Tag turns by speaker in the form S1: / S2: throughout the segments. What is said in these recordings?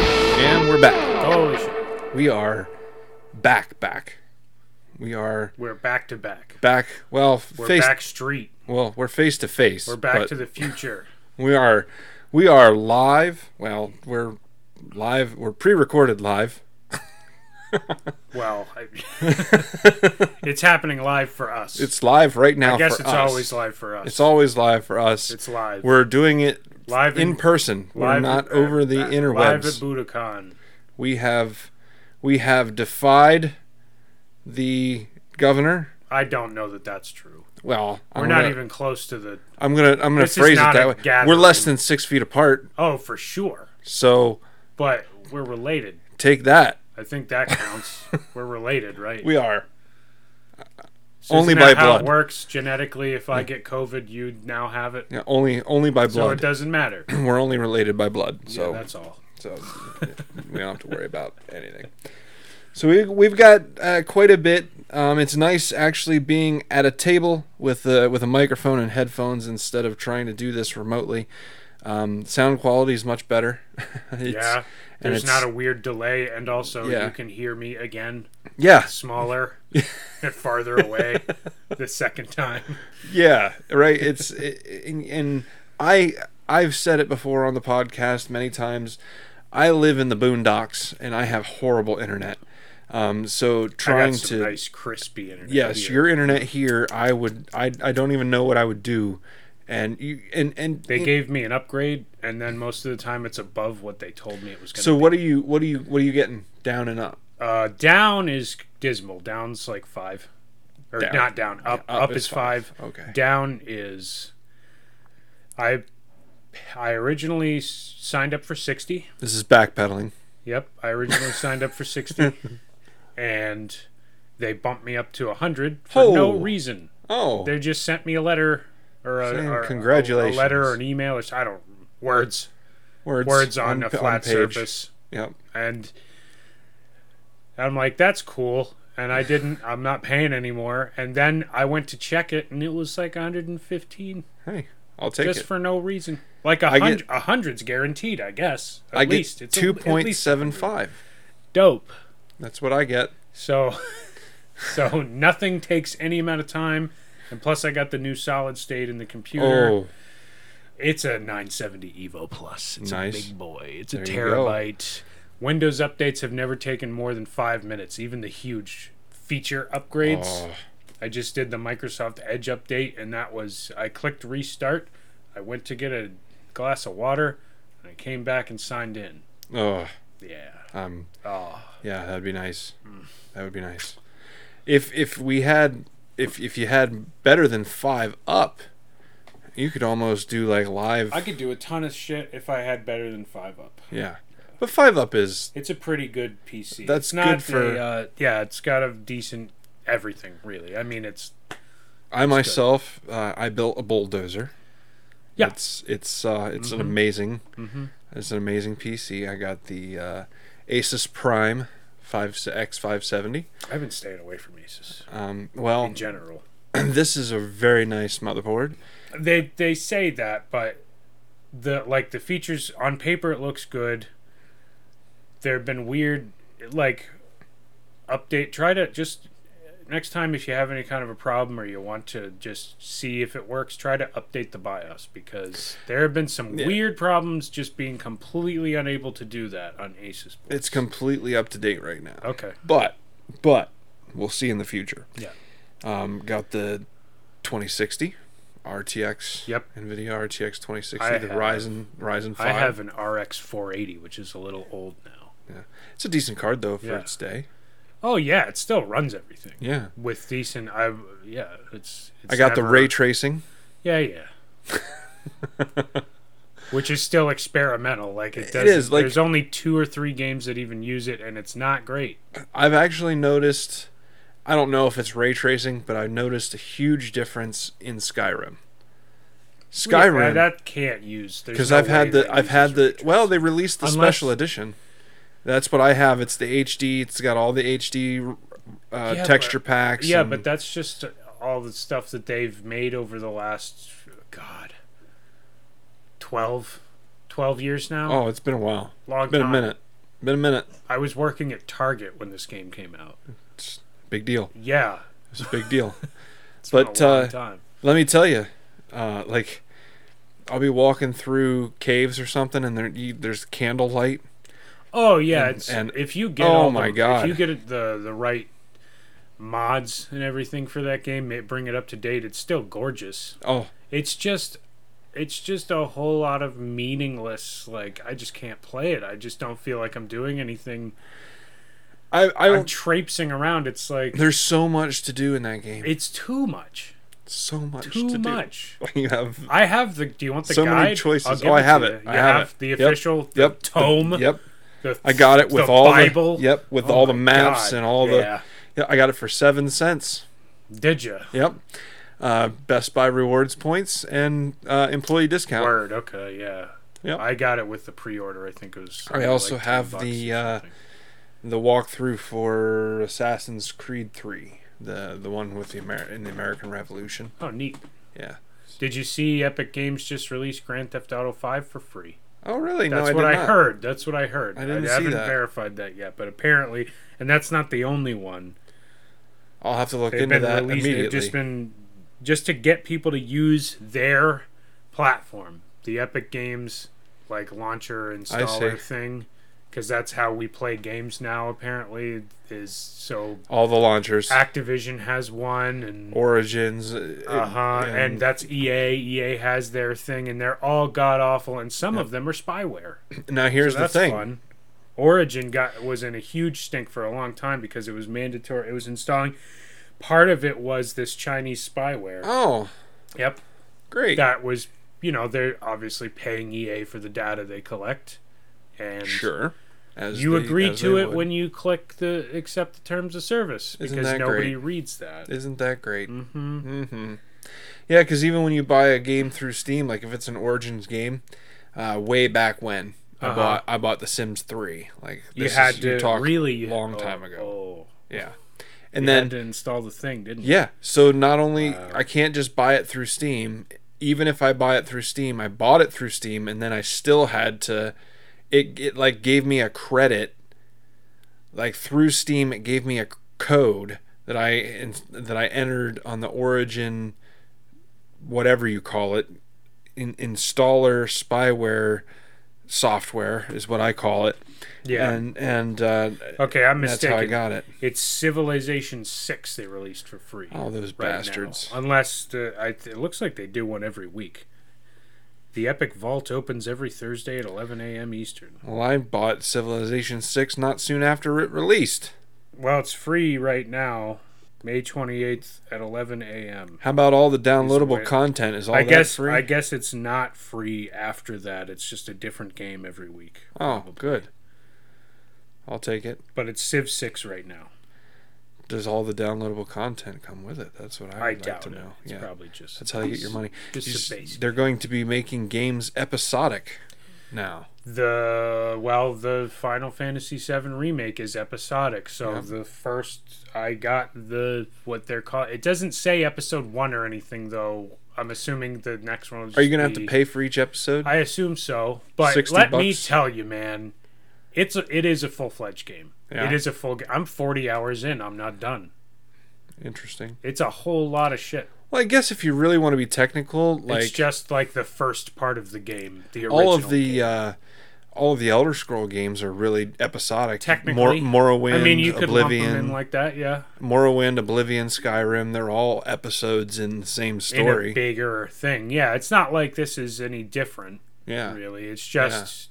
S1: And we're back.
S2: Holy shit.
S1: We are back, back. We are
S2: We're back to back.
S1: back. Well,
S2: We're
S1: face.
S2: back street.
S1: Well, we're face to face.
S2: We're back
S1: but
S2: to the future.
S1: We are. We are live. Well, we're live. We're pre-recorded live.
S2: Well, I, it's happening live for us.
S1: It's live right now.
S2: I guess
S1: for
S2: it's
S1: us.
S2: always live for us.
S1: It's always live for us.
S2: It's live.
S1: we're doing it
S2: live
S1: in person. We're
S2: live
S1: not
S2: at-
S1: over the
S2: uh, Live at
S1: interwebs.
S2: Budokan.
S1: we have we have defied the governor.
S2: I don't know that that's true.
S1: Well,
S2: We're
S1: I'm
S2: not
S1: gonna,
S2: even close to the.
S1: I'm gonna I'm gonna
S2: This is
S1: phrase it
S2: not
S1: that
S2: a
S1: way.
S2: gathering.
S1: We're less than six feet apart,
S2: Oh, for sure.
S1: so
S2: But we're related.
S1: take that.
S2: I think that counts. we're related, right?
S1: We are
S2: So isn't
S1: only by
S2: that how
S1: blood.
S2: it works genetically. If I get COVID, you now have it.
S1: yeah, only only by
S2: So it
S1: blood.
S2: doesn't matter.
S1: We're only related by blood, so
S2: So that's all.
S1: so yeah, we don't have to worry about anything. So we, we've got uh, quite a bit. Um, it's nice actually being at a table with a, with a microphone and headphones instead of trying to do this remotely. Um, sound quality is much better. It's-
S2: Yeah.
S1: and
S2: There's
S1: it's-
S2: not a weird delay, and also
S1: Yeah.
S2: you can hear me again,
S1: yeah,
S2: smaller and farther away the second time.
S1: yeah, right. It's it, and, and I I've said it before on the podcast many times. I live in the boondocks and I have horrible internet. Um, so
S2: I
S1: trying
S2: got some
S1: to
S2: nice crispy internet.
S1: yes
S2: here.
S1: your internet here i would i i don't even know what i would do and you and and
S2: They gave me an upgrade, and then most of the time it's above what they told me it was going to.
S1: so what are you what are you what are you getting down and up
S2: Uh, down is dismal. Down's like five, or
S1: Down.
S2: not down. Up
S1: Yeah,
S2: up, is, five.
S1: okay
S2: Down is. I, I originally s- signed up for sixty.
S1: this is backpedaling
S2: Yep, I originally signed up for sixty, and they bumped me up to hundred for no
S1: Oh.
S2: reason.
S1: oh
S2: They just sent me a letter or a,
S1: Saying
S2: or a-
S1: congratulations.
S2: a letter or an email or s- I don't words
S1: words
S2: words on, a
S1: p-
S2: flat
S1: page.
S2: surface
S1: yep
S2: and I'm like, that's cool. And I didn't. I'm not paying anymore. And then I went to check it, and it was like 115,
S1: hey i'll take
S2: just
S1: it
S2: for no reason. Like a
S1: I get-
S2: hundred, a hundred's guaranteed, I guess. At
S1: i get
S2: least it's a- at least
S1: 2.75
S2: dope.
S1: that's what i get
S2: So, so nothing takes any amount of time. And plus, I got the new solid state in the computer.
S1: oh
S2: It's a 970 Evo Plus. It's
S1: Nice.
S2: a big boy. It's a
S1: There you go.
S2: terabyte. Windows updates have never taken more than five minutes, even the huge feature upgrades.
S1: Oh.
S2: I just did the Microsoft Edge update, and that was I clicked restart. I went to get a glass of water, and I came back and signed in.
S1: oh
S2: Yeah.
S1: um
S2: Oh.
S1: yeah that'd be nice that would be nice if if we had if if you had better than five up you could almost do like live
S2: I could do a ton of shit if I had better than five up.
S1: Yeah, but five up is
S2: It's a pretty good PC.
S1: That's
S2: it's not
S1: good for-
S2: a, uh, yeah, it's got a decent everything really. I mean, it's
S1: I myself. Uh, I built a bulldozer.
S2: Yeah. Mm-hmm.
S1: it's it's uh, it's an amazing it's an amazing PC. I got the uh, Asus Prime five X five seventy.
S2: I've been staying away from Asus.
S1: Um, well,
S2: in general.
S1: this is a very nice motherboard.
S2: They they say that, but the like the features on paper it looks good. There have been weird like update. Try to just next time if you have any kind of a problem or you want to just see if it works, try to update the BIOS because there have been some
S1: Yeah.
S2: weird problems just being completely unable to do that on Asus. boards.
S1: It's completely up to date right now.
S2: okay.
S1: But but we'll see in the future.
S2: Yeah.
S1: Um, got the twenty sixty. RTX,
S2: Yep.
S1: NVIDIA RTX 2060,
S2: I
S1: the
S2: have-
S1: Ryzen Ryzen 5.
S2: I have an RX 480, which is a little old now.
S1: It's a decent card though for
S2: Yeah.
S1: its day.
S2: Oh yeah, it still runs everything.
S1: Yeah.
S2: with decent i yeah it's, it's
S1: I got the
S2: never-
S1: ray tracing.
S2: yeah yeah which is still experimental like it does
S1: is, like-
S2: there's only two or three games that even use it and it's not great
S1: I've actually noticed I don't know if it's ray tracing, but I noticed a huge difference in Skyrim.
S2: Yeah,
S1: Skyrim
S2: that can't use
S1: because I've had the I've had the well they released the
S2: Unless-
S1: special edition. That's what I have. It's the HD. It's got all the HD uh,
S2: Yeah,
S1: texture packs.
S2: yeah
S1: and-
S2: but that's just all the stuff that they've made over the last god 12 12 years now
S1: oh, it's been a while.
S2: long
S1: It's been a
S2: time.
S1: minute. Been a minute.
S2: I was working at Target when this game came out.
S1: Big deal.
S2: Yeah,
S1: It's a big deal.
S2: it's
S1: But,
S2: been a long
S1: uh,
S2: time.
S1: Let me tell you, uh, like, I'll be walking through caves or something, and there you, there's candlelight.
S2: Oh yeah,
S1: and-
S2: it's,
S1: and-
S2: if you get
S1: oh
S2: all
S1: my
S2: the,
S1: God.
S2: if you get the the right mods and everything for that game, ma- bring it up to date. It's still gorgeous.
S1: Oh,
S2: It's just it's just a whole lot of meaningless like I just can't play it. I just don't feel like I'm doing anything.
S1: I, I
S2: I'm
S1: don't.
S2: traipsing around. It's like
S1: There's so much to do in that game.
S2: it's too much.
S1: So much
S2: Too
S1: to
S2: much.
S1: do. You have
S2: I have the do you want the
S1: So many
S2: guide?
S1: choices.
S2: I'll give
S1: Oh, I
S2: to
S1: have
S2: you.
S1: it. I
S2: You
S1: have it.
S2: the
S1: Yep.
S2: official the
S1: Yep. The-
S2: tome.
S1: Yep.
S2: the-
S1: I got it with
S2: the
S1: all
S2: Bible.
S1: the yep with
S2: Oh
S1: all the
S2: my
S1: maps
S2: God.
S1: and all
S2: Yeah.
S1: the. Yeah, I got it for seven cents.
S2: Did you?
S1: Yep. Uh, Best Buy rewards points and uh, employee discount.
S2: Word. Okay. Yeah.
S1: Yep.
S2: I got it with the pre-order. I think it was.
S1: I
S2: uh,
S1: also
S2: 10
S1: have
S2: bucks
S1: the,
S2: or
S1: uh,
S2: something.
S1: The walkthrough for Assassin's Creed Three, the the one with the Amer- in the American Revolution.
S2: Oh, neat.
S1: Yeah.
S2: Did you see Epic Games just released Grand Theft Auto 5 for free?
S1: Oh really? no,
S2: That's
S1: I
S2: what
S1: did
S2: I
S1: not.
S2: heard. That's what I heard.
S1: I didn't see
S2: haven't
S1: that.
S2: verified that yet, but apparently, and that's not the only one.
S1: I'll have to look
S2: They've
S1: into
S2: been
S1: that
S2: released.
S1: immediately.
S2: They've just been just to get people to use their platform, the Epic Games like launcher installer thing, because that's how we play games now. Apparently, is so
S1: All the launchers,
S2: Activision has one, and
S1: Origins. Uh
S2: uh huh, and that's E EA. EA has their thing, and they're all god awful, and some of them are spyware.
S1: now here's the
S2: That's
S1: thing.
S2: fun. Origin got was in a huge stink for a long time because it was mandatory. It was installing. Part of it was this Chinese spyware.
S1: Oh,
S2: Yep,
S1: great.
S2: that was you know they're obviously paying EA for the data they collect, and
S1: Sure. As
S2: you
S1: they-
S2: agree
S1: as
S2: to
S1: they
S2: it
S1: would.
S2: when you click the accept the terms of service
S1: Isn't
S2: because
S1: that
S2: nobody
S1: great?
S2: reads that.
S1: Isn't that great? Mm-hmm. Mm-hmm. Yeah, because even when you buy a game through Steam, like if it's an Origins game, uh, way back when I
S2: Uh-huh.
S1: bought I bought The Sims Three. Like
S2: you
S1: this
S2: had
S1: is,
S2: to
S1: you talk
S2: really you-
S1: long
S2: oh,
S1: time ago.
S2: Oh.
S1: Yeah, and
S2: You
S1: then
S2: had to install the thing, didn't you?
S1: yeah, so not only
S2: Wow.
S1: I can't just buy it through Steam. Even if I buy it through Steam, I bought it through Steam, and then I still had to. It it like gave me a credit. Like through Steam, it gave me a code that I that I entered on the Origin, whatever you call it, in, installer spyware software is what I call it.
S2: Yeah.
S1: and and uh,
S2: okay, I'm
S1: that's how I
S2: mistaken.
S1: got it.
S2: It's Civilization Six they released for free.
S1: All those
S2: right now.
S1: Oh, bastards.
S2: Unless the, I, th- it looks like they do one every week. The Epic Vault opens every Thursday at 11 a.m. Eastern.
S1: Well, I bought Civilization 6 not soon after it released.
S2: Well, it's free right now, May 28th at 11 a.m.
S1: How about all the downloadable
S2: wait.
S1: content is all
S2: I
S1: that
S2: guess
S1: free?
S2: I guess it's not free after that. It's just a different game every week.
S1: oh, good. I'll take it.
S2: But it's Civ 6 right now.
S1: Does all the downloadable content come with it? That's what I would
S2: I
S1: like
S2: doubt
S1: to
S2: it.
S1: know.
S2: It's
S1: yeah.
S2: probably just
S1: That's how you get your money.
S2: Just
S1: You
S2: the
S1: s-
S2: base.
S1: They're going to be making games episodic now.
S2: The well, the Final Fantasy VII remake is episodic. So the first I got the what they're called. It doesn't say episode one or anything though. I'm assuming the next one. Will just
S1: Are you going to have
S2: be-
S1: to pay for each episode?
S2: I assume so. But
S1: 60
S2: let me
S1: bucks?
S2: tell you, man, it's a, it is a full fledged game.
S1: Yeah.
S2: It is a full. ga- I'm 40 hours in. I'm not done.
S1: Interesting.
S2: It's a whole lot of shit.
S1: Well, I guess if you really want to be technical, like
S2: it's just like the first part of the game. The original
S1: all of
S2: game.
S1: the uh, all of the Elder Scroll games are really episodic.
S2: Technically.
S1: Mor- Morrowind,
S2: I mean, you could
S1: Oblivion,
S2: lump them in like that, yeah.
S1: Morrowind, Oblivion, Skyrim, they're all episodes in the same
S2: in a
S1: story.
S2: bigger thing. Yeah, it's not like this is any different,
S1: Yeah.
S2: really. It's just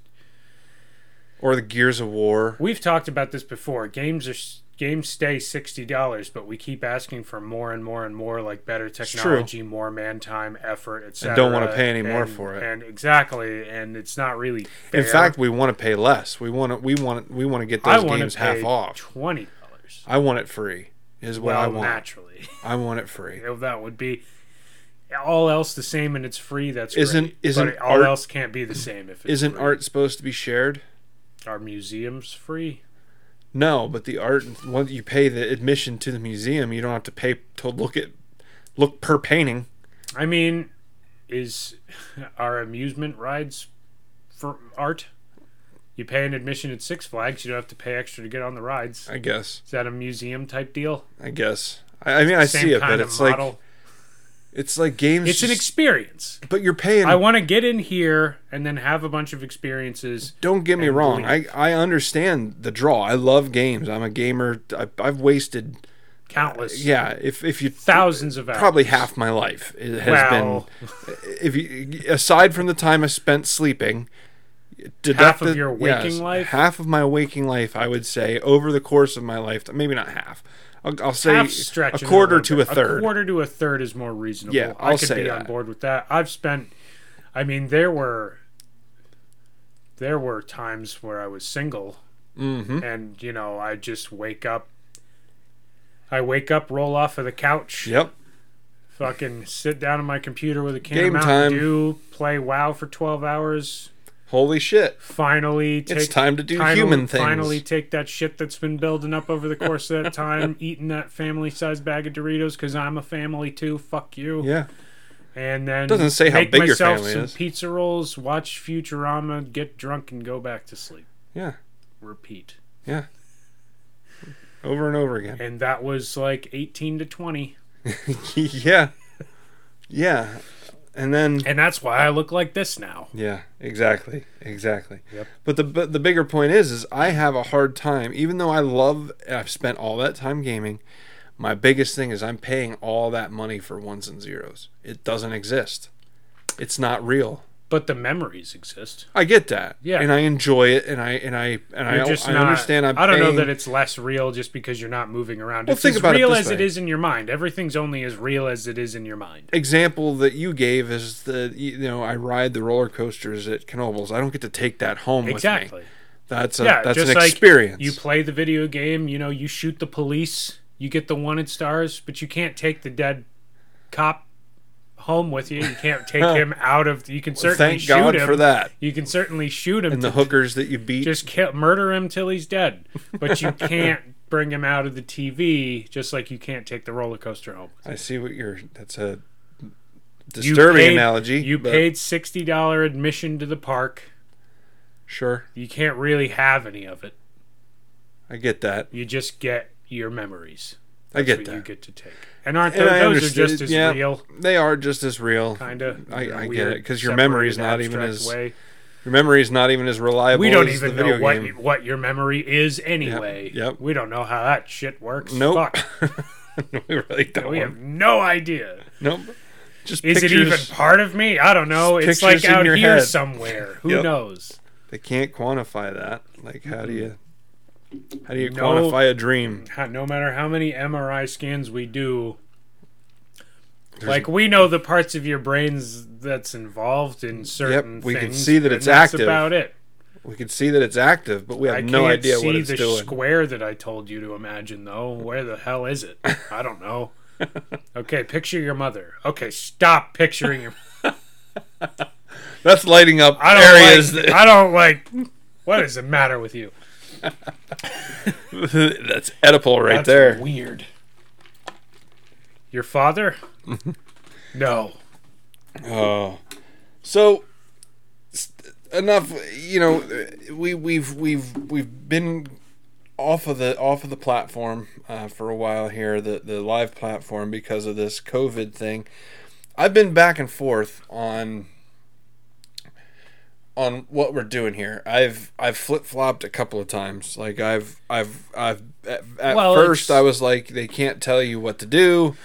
S1: Or the Gears of War.
S2: we've talked about this before. Games are s- games stay sixty dollars, but we keep asking for more and more and more, like better
S1: true.
S2: technology, more man time, effort, etc.
S1: don't wanna pay any more for it.
S2: And exactly, and it's not really. Fair.
S1: In fact, we want to pay less. We want to we want we want to get
S2: I
S1: those
S2: want
S1: games
S2: to
S1: half
S2: pay
S1: off.
S2: twenty dollars.
S1: I want it free. Is what
S2: Well,
S1: I want.
S2: naturally,
S1: I want it free.
S2: If that would be. All else the same, and it's free. That's
S1: Isn't-
S2: great.
S1: isn't
S2: but all
S1: art-
S2: else can't be the same if it's
S1: Isn't
S2: free.
S1: art supposed to be shared?
S2: Are museums free?
S1: No, but the art once you pay the admission to the museum, you don't have to pay to look at look per painting.
S2: I mean, is our amusement rides for art? You pay an admission at Six Flags, you don't have to pay extra to get on the rides.
S1: I guess.
S2: Is that a museum type deal?
S1: I guess. I, I mean, I see it, but it's like it's like games.
S2: It's an
S1: just-
S2: experience.
S1: but you're paying.
S2: I want to get in here and then have a bunch of experiences.
S1: don't get me
S2: and
S1: wrong. I,
S2: believe.
S1: I understand the draw. I love games. I'm a gamer. I, I've wasted.
S2: Countless,
S1: Yeah. If if you
S2: thousands of hours.
S1: probably half my life it has
S2: Wow.
S1: been. If you aside from the time I spent sleeping, deduct
S2: Half of
S1: the-
S2: your waking life?
S1: half of my waking life, I would say, over the course of my life, maybe not half. I'll, I'll say
S2: half stretch,
S1: a quarter
S2: little
S1: to a
S2: bit.
S1: third.
S2: A quarter to a third is more reasonable.
S1: Yeah,
S2: I
S1: I'll
S2: could
S1: say
S2: be on
S1: that.
S2: board with that. I've spent. I mean, there were. There were times where I was single,
S1: Mhm.
S2: and you know, I just wake up. I wake up, roll off of the couch,
S1: Yep.
S2: fucking sit down on my computer with a can
S1: Game
S2: of
S1: time.
S2: Mountain Dew, play WoW for twelve hours.
S1: Holy shit!
S2: Finally, take
S1: it's time to do
S2: finally-
S1: human things.
S2: Finally, take that shit that's been building up over the course of that time, eating that family-sized bag of Doritos because I'm a family too. Fuck you.
S1: Yeah.
S2: And then
S1: Doesn't say how
S2: make
S1: big your
S2: myself
S1: family
S2: some
S1: is.
S2: pizza rolls, watch Futurama, get drunk, and go back to sleep.
S1: Yeah.
S2: Repeat.
S1: Yeah. Over and over again.
S2: And that was like 18 to 20,
S1: yeah. Yeah. And then
S2: and that's why I look like this now.
S1: Yeah, exactly, exactly.
S2: Yep.
S1: But the but the bigger point is, is I have a hard time. Even though I love, I've spent all that time gaming. My biggest thing is I'm paying all that money for ones and zeros. It doesn't exist. It's not real.
S2: But the memories exist.
S1: I get that.
S2: Yeah.
S1: And I enjoy it, and I and I and I,
S2: You're just
S1: I
S2: not,
S1: understand. I'm
S2: I don't
S1: paying-
S2: know that it's less real just because you're not moving around.
S1: Well,
S2: it's
S1: think
S2: as
S1: about it
S2: real
S1: this
S2: as it
S1: way.
S2: is in your mind. Everything's only as real as it is in your mind.
S1: example that you gave is the you know I ride the roller coasters at Knoebels. I don't get to take that home with me.
S2: Exactly.
S1: That's a
S2: yeah,
S1: that's
S2: just
S1: an
S2: like
S1: experience.
S2: You play the video game, you know, you shoot the police, you get the wanted stars, but you can't take the dead cop home with you. You can't take him out of. You can certainly
S1: Thank
S2: shoot
S1: God
S2: him
S1: for that.
S2: You can certainly shoot him.
S1: And the
S2: to
S1: hookers that you beat
S2: just kill, murder him till he's dead, but you can't bring him out of the TV. Just like you can't take the roller coaster home.
S1: I see what you're. That's a
S2: You
S1: disturbing
S2: paid-
S1: analogy.
S2: You
S1: but
S2: paid sixty dollar admission to the park.
S1: Sure,
S2: You can't really have any of it.
S1: I get that.
S2: You just get your memories.
S1: I
S2: That's
S1: get
S2: what you
S1: that.
S2: get to take. And aren't
S1: And
S2: those,
S1: I
S2: those are
S1: understood-
S2: just as
S1: yeah.
S2: real?
S1: They are just as real.
S2: Kind of.
S1: I- I get it, 'cause your memory's not even as-
S2: Way.
S1: Your memory's not even as reliable.
S2: We don't
S1: as
S2: even
S1: the video
S2: know what
S1: game.
S2: y- what your memory is anyway.
S1: yep.
S2: We don't know how that shit works.
S1: Nope.
S2: Fuck.
S1: we really don't.
S2: We have no idea.
S1: Nope. Just
S2: Is
S1: pictures.
S2: it even part of me? I don't know. It's
S1: pictures
S2: like
S1: in
S2: out
S1: your
S2: here
S1: head.
S2: somewhere. Who
S1: Yep.
S2: knows?
S1: They can't quantify that. Like, how do you? How do you
S2: No.
S1: quantify a dream?
S2: How- No matter how many MRI scans we do, like we know the parts of your brains that's involved in certain
S1: we can
S2: things,
S1: see that
S2: and
S1: it's
S2: that's
S1: active.
S2: about it.
S1: We can see that it's active, but we have
S2: I
S1: no
S2: can't
S1: idea
S2: see
S1: what it's
S2: the
S1: doing.
S2: square that I told you to imagine, though. Where the hell is it? I don't know. Okay, picture your mother. Okay, stop picturing your.
S1: That's lighting up
S2: I don't
S1: areas
S2: like. I don't like. What is the matter with you?
S1: that, that's Oedipal right
S2: That's
S1: there.
S2: Weird. Your father? no.
S1: Oh, so s- enough. You know, we we've we've we've been off of the off of the platform uh, for a while here, the the live platform because of this COVID thing. I've been back and forth on on what we're doing here. I've I've flip flopped a couple of times. Like I've I've I've at, at
S2: Well,
S1: first
S2: it's-
S1: I was like they can't tell you what to do.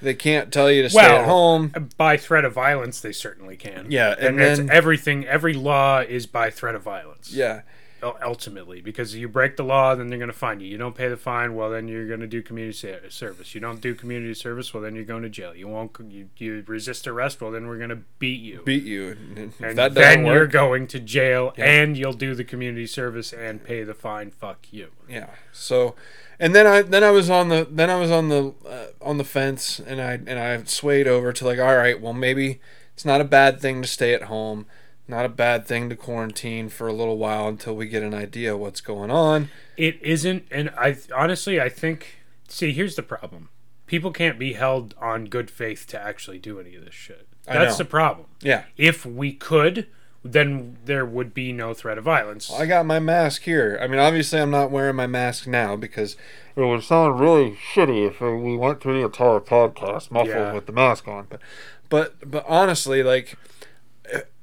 S1: They can't tell you to stay
S2: Well,
S1: at home.
S2: By threat of violence, they certainly can.
S1: Yeah, and
S2: and, that's
S1: then-
S2: everything. Every law is by threat of violence.
S1: Yeah.
S2: ul- ultimately because you break the law then they're going to find you you don't pay the fine well then you're going to do community ser- service you don't do community service well then you're going to jail you won't you, you resist arrest well then we're going to beat you
S1: beat you. And if
S2: and
S1: that doesn't
S2: then you're
S1: work,
S2: going to jail and you'll do the community service and pay the fine fuck you
S1: yeah. So, and then I then I was on the then I was on the uh, on the fence, and I and I swayed over to like, all right, well maybe it's not a bad thing to stay at home, not a bad thing to quarantine for a little while until we get an idea what's going on.
S2: it isn't and i honestly i think see here's the problem people can't be held on good faith to actually do any of this shit
S1: I
S2: that's
S1: know.
S2: the problem
S1: Yeah,
S2: if we could then there would be no threat of violence.
S1: I got my mask here. I mean, obviously, I'm not wearing my mask now because it would sound really shitty if we went through the entire podcast muffled
S2: Yeah.
S1: with the mask on. But, but, but honestly, like,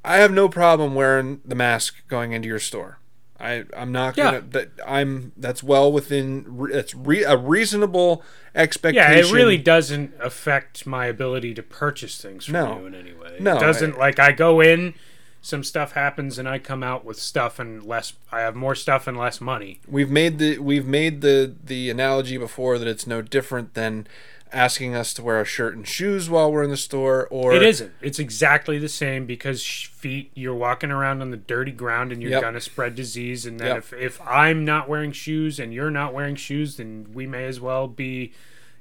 S1: I have no problem wearing the mask going into your store. I I'm not
S2: Yeah.
S1: gonna. That I'm. That's well within. re- That's re, a reasonable expectation.
S2: yeah, it really doesn't affect my ability to purchase things from
S1: No.
S2: you in any way.
S1: No,
S2: it doesn't. like I go in, some stuff happens, and I come out with stuff and less. I have more stuff and less money.
S1: We've made the we've made the the analogy before that it's no different than asking us to wear a shirt and shoes while we're in the store or
S2: It isn't. It's exactly the same because sh- feet. You're walking around on the dirty ground, and you're
S1: Yep.
S2: gonna spread disease. And then
S1: Yep.
S2: if if I'm not wearing shoes and you're not wearing shoes, then we may as well be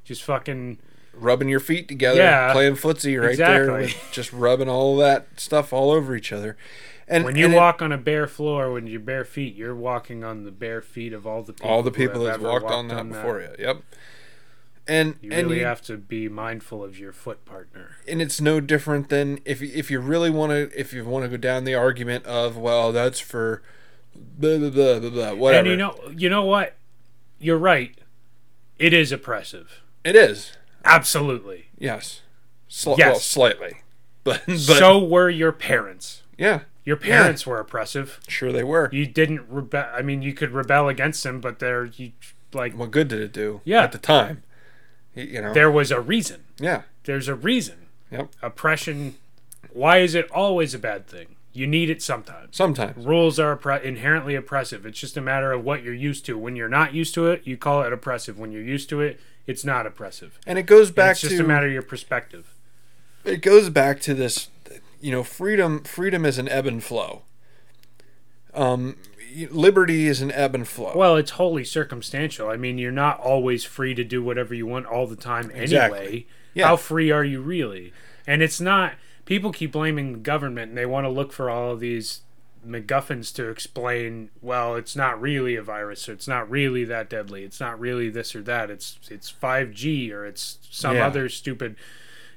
S2: just fucking
S1: rubbing your feet together,
S2: Yeah.
S1: playing footsie right there,
S2: Exactly.
S1: with just rubbing all that stuff all over each other. And
S2: When you
S1: and it-
S2: walk on a bare floor, when you're bare feet, you're walking on the bare feet of all the people
S1: all the
S2: who have
S1: people that's
S2: ever
S1: walked, on that before you, yep. And
S2: You
S1: and
S2: really
S1: you,
S2: have to be mindful of your foot partner.
S1: and it's no different than if you- if you really want to if you want to go down the argument of well that's for blah blah blah blah blah whatever
S2: And you know, you know what? You're right. It is oppressive.
S1: it is
S2: Absolutely.
S1: Yes. Sli-
S2: Yes.
S1: Well, slightly. But, but
S2: so were your parents.
S1: yeah,
S2: Your
S1: Yeah.
S2: parents were oppressive.
S1: sure they were.
S2: You didn't rebel. I mean, you could rebel against them, but there, you like,
S1: What good did it do?
S2: Yeah.
S1: At the time, Y- you know.
S2: there was a reason.
S1: yeah.
S2: There's a reason.
S1: Yep.
S2: Oppression. Why is it always a bad thing? You need it sometimes.
S1: Sometimes.
S2: rules are oppre- inherently oppressive. It's just a matter of what you're used to. When you're not used to it, you call it oppressive. When you're used to it, it's not oppressive.
S1: And it goes back
S2: it's just
S1: to
S2: a matter of your perspective.
S1: it goes back to this you know freedom freedom is an ebb and flow. Um y- liberty is an ebb and flow.
S2: Well, it's wholly circumstantial. I mean, you're not always free to do whatever you want all the time anyway.
S1: Exactly. Yeah.
S2: How free are you really? And it's not. People keep blaming the government, and they want to look for all of these MacGuffins to explain. Well, it's not really a virus, or it's not really that deadly. It's not really this or that. It's it's five G, or it's some
S1: Yeah.
S2: other stupid,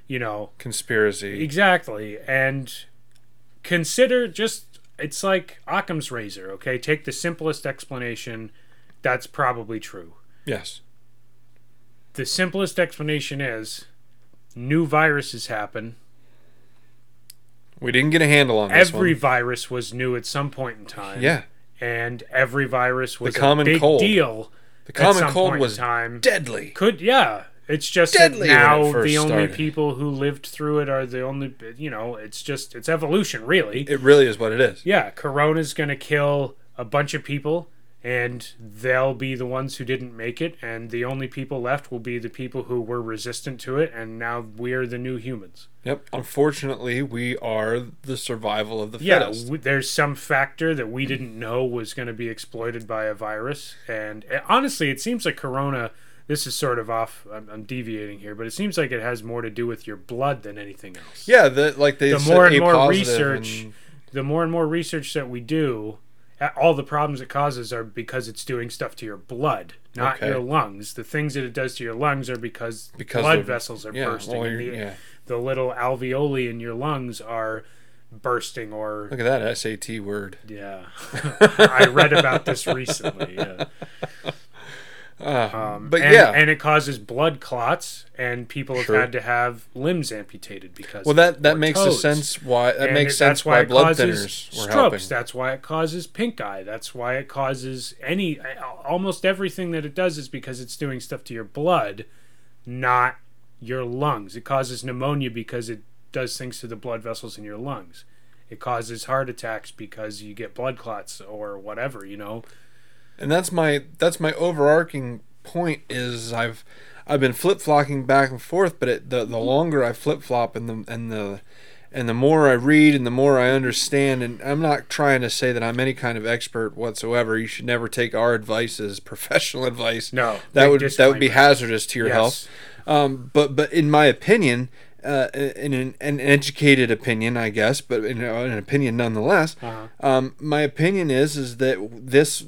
S2: you know,
S1: Conspiracy.
S2: Exactly. And consider just it's like Occam's razor, okay? Take the simplest explanation. That's probably true.
S1: Yes.
S2: The simplest explanation is new viruses happen.
S1: We didn't get a handle on this
S2: every
S1: one.
S2: virus was new at some point in time.
S1: Yeah.
S2: And every virus was
S1: common
S2: a big
S1: cold.
S2: deal.
S1: The
S2: at
S1: common
S2: some
S1: cold
S2: point
S1: was
S2: in time.
S1: deadly.
S2: Could yeah. It's just that
S1: Deadly when it
S2: now
S1: first
S2: the only
S1: started.
S2: people who lived through it are the only you know, it's just it's evolution really.
S1: It really is what it is.
S2: yeah, Corona's going to kill a bunch of people, and they'll be the ones who didn't make it, and the only people left will be the people who were resistant to it, and now we're the new humans.
S1: Yep. Unfortunately, we are the survival of the
S2: Yeah,
S1: fittest.
S2: w- there's some factor that we didn't know was going to be exploited by a virus, and uh, honestly, it seems like Corona. This is sort of off. I'm, I'm deviating here, but it seems like it has more to do with your blood than anything else.
S1: Yeah, the, like they
S2: the
S1: said
S2: more and
S1: A
S2: more
S1: positive
S2: research
S1: and-
S2: the more and more research that we do a- all the problems it causes are because it's doing stuff to your blood not
S1: Okay.
S2: your lungs the things that it does to your lungs are because,
S1: Because
S2: blood
S1: of-
S2: vessels are
S1: yeah,
S2: bursting
S1: well,
S2: and the,
S1: you're- yeah.
S2: the little alveoli in your lungs are bursting or
S1: Look at that SAT word.
S2: yeah i read about this recently yeah um,
S1: Ah. but
S2: and,
S1: yeah.
S2: and it causes blood clots, and people have
S1: Sure.
S2: had to have limbs amputated because.
S1: Well,
S2: of
S1: that
S2: it,
S1: that
S2: or
S1: makes a
S2: toes.
S1: sense why that
S2: And
S1: makes
S2: it-
S1: sense
S2: that's why,
S1: why,
S2: it
S1: blood
S2: causes
S1: thinners were
S2: strokes.
S1: helping.
S2: That's why it causes pink eye. That's why it causes any almost everything that it does is because it's doing stuff to your blood, not your lungs. It causes pneumonia because it does things to the blood vessels in your lungs. It causes heart attacks because you get blood clots or whatever, you know.
S1: and that's my that's my overarching point is I've I've been flip flopping back and forth, but it, the the longer I flip flop and the and the and the more I read and the more I understand, and I'm not trying to say that I'm any kind of expert whatsoever. You should never take our advice as professional advice.
S2: No,
S1: that
S2: big
S1: would that would be
S2: disclaimer.
S1: hazardous to your
S2: Yes.
S1: health. Um, but but in my opinion, uh, in an, an educated opinion, I guess, but in a- an opinion nonetheless,
S2: Uh-huh.
S1: um, my opinion is is that this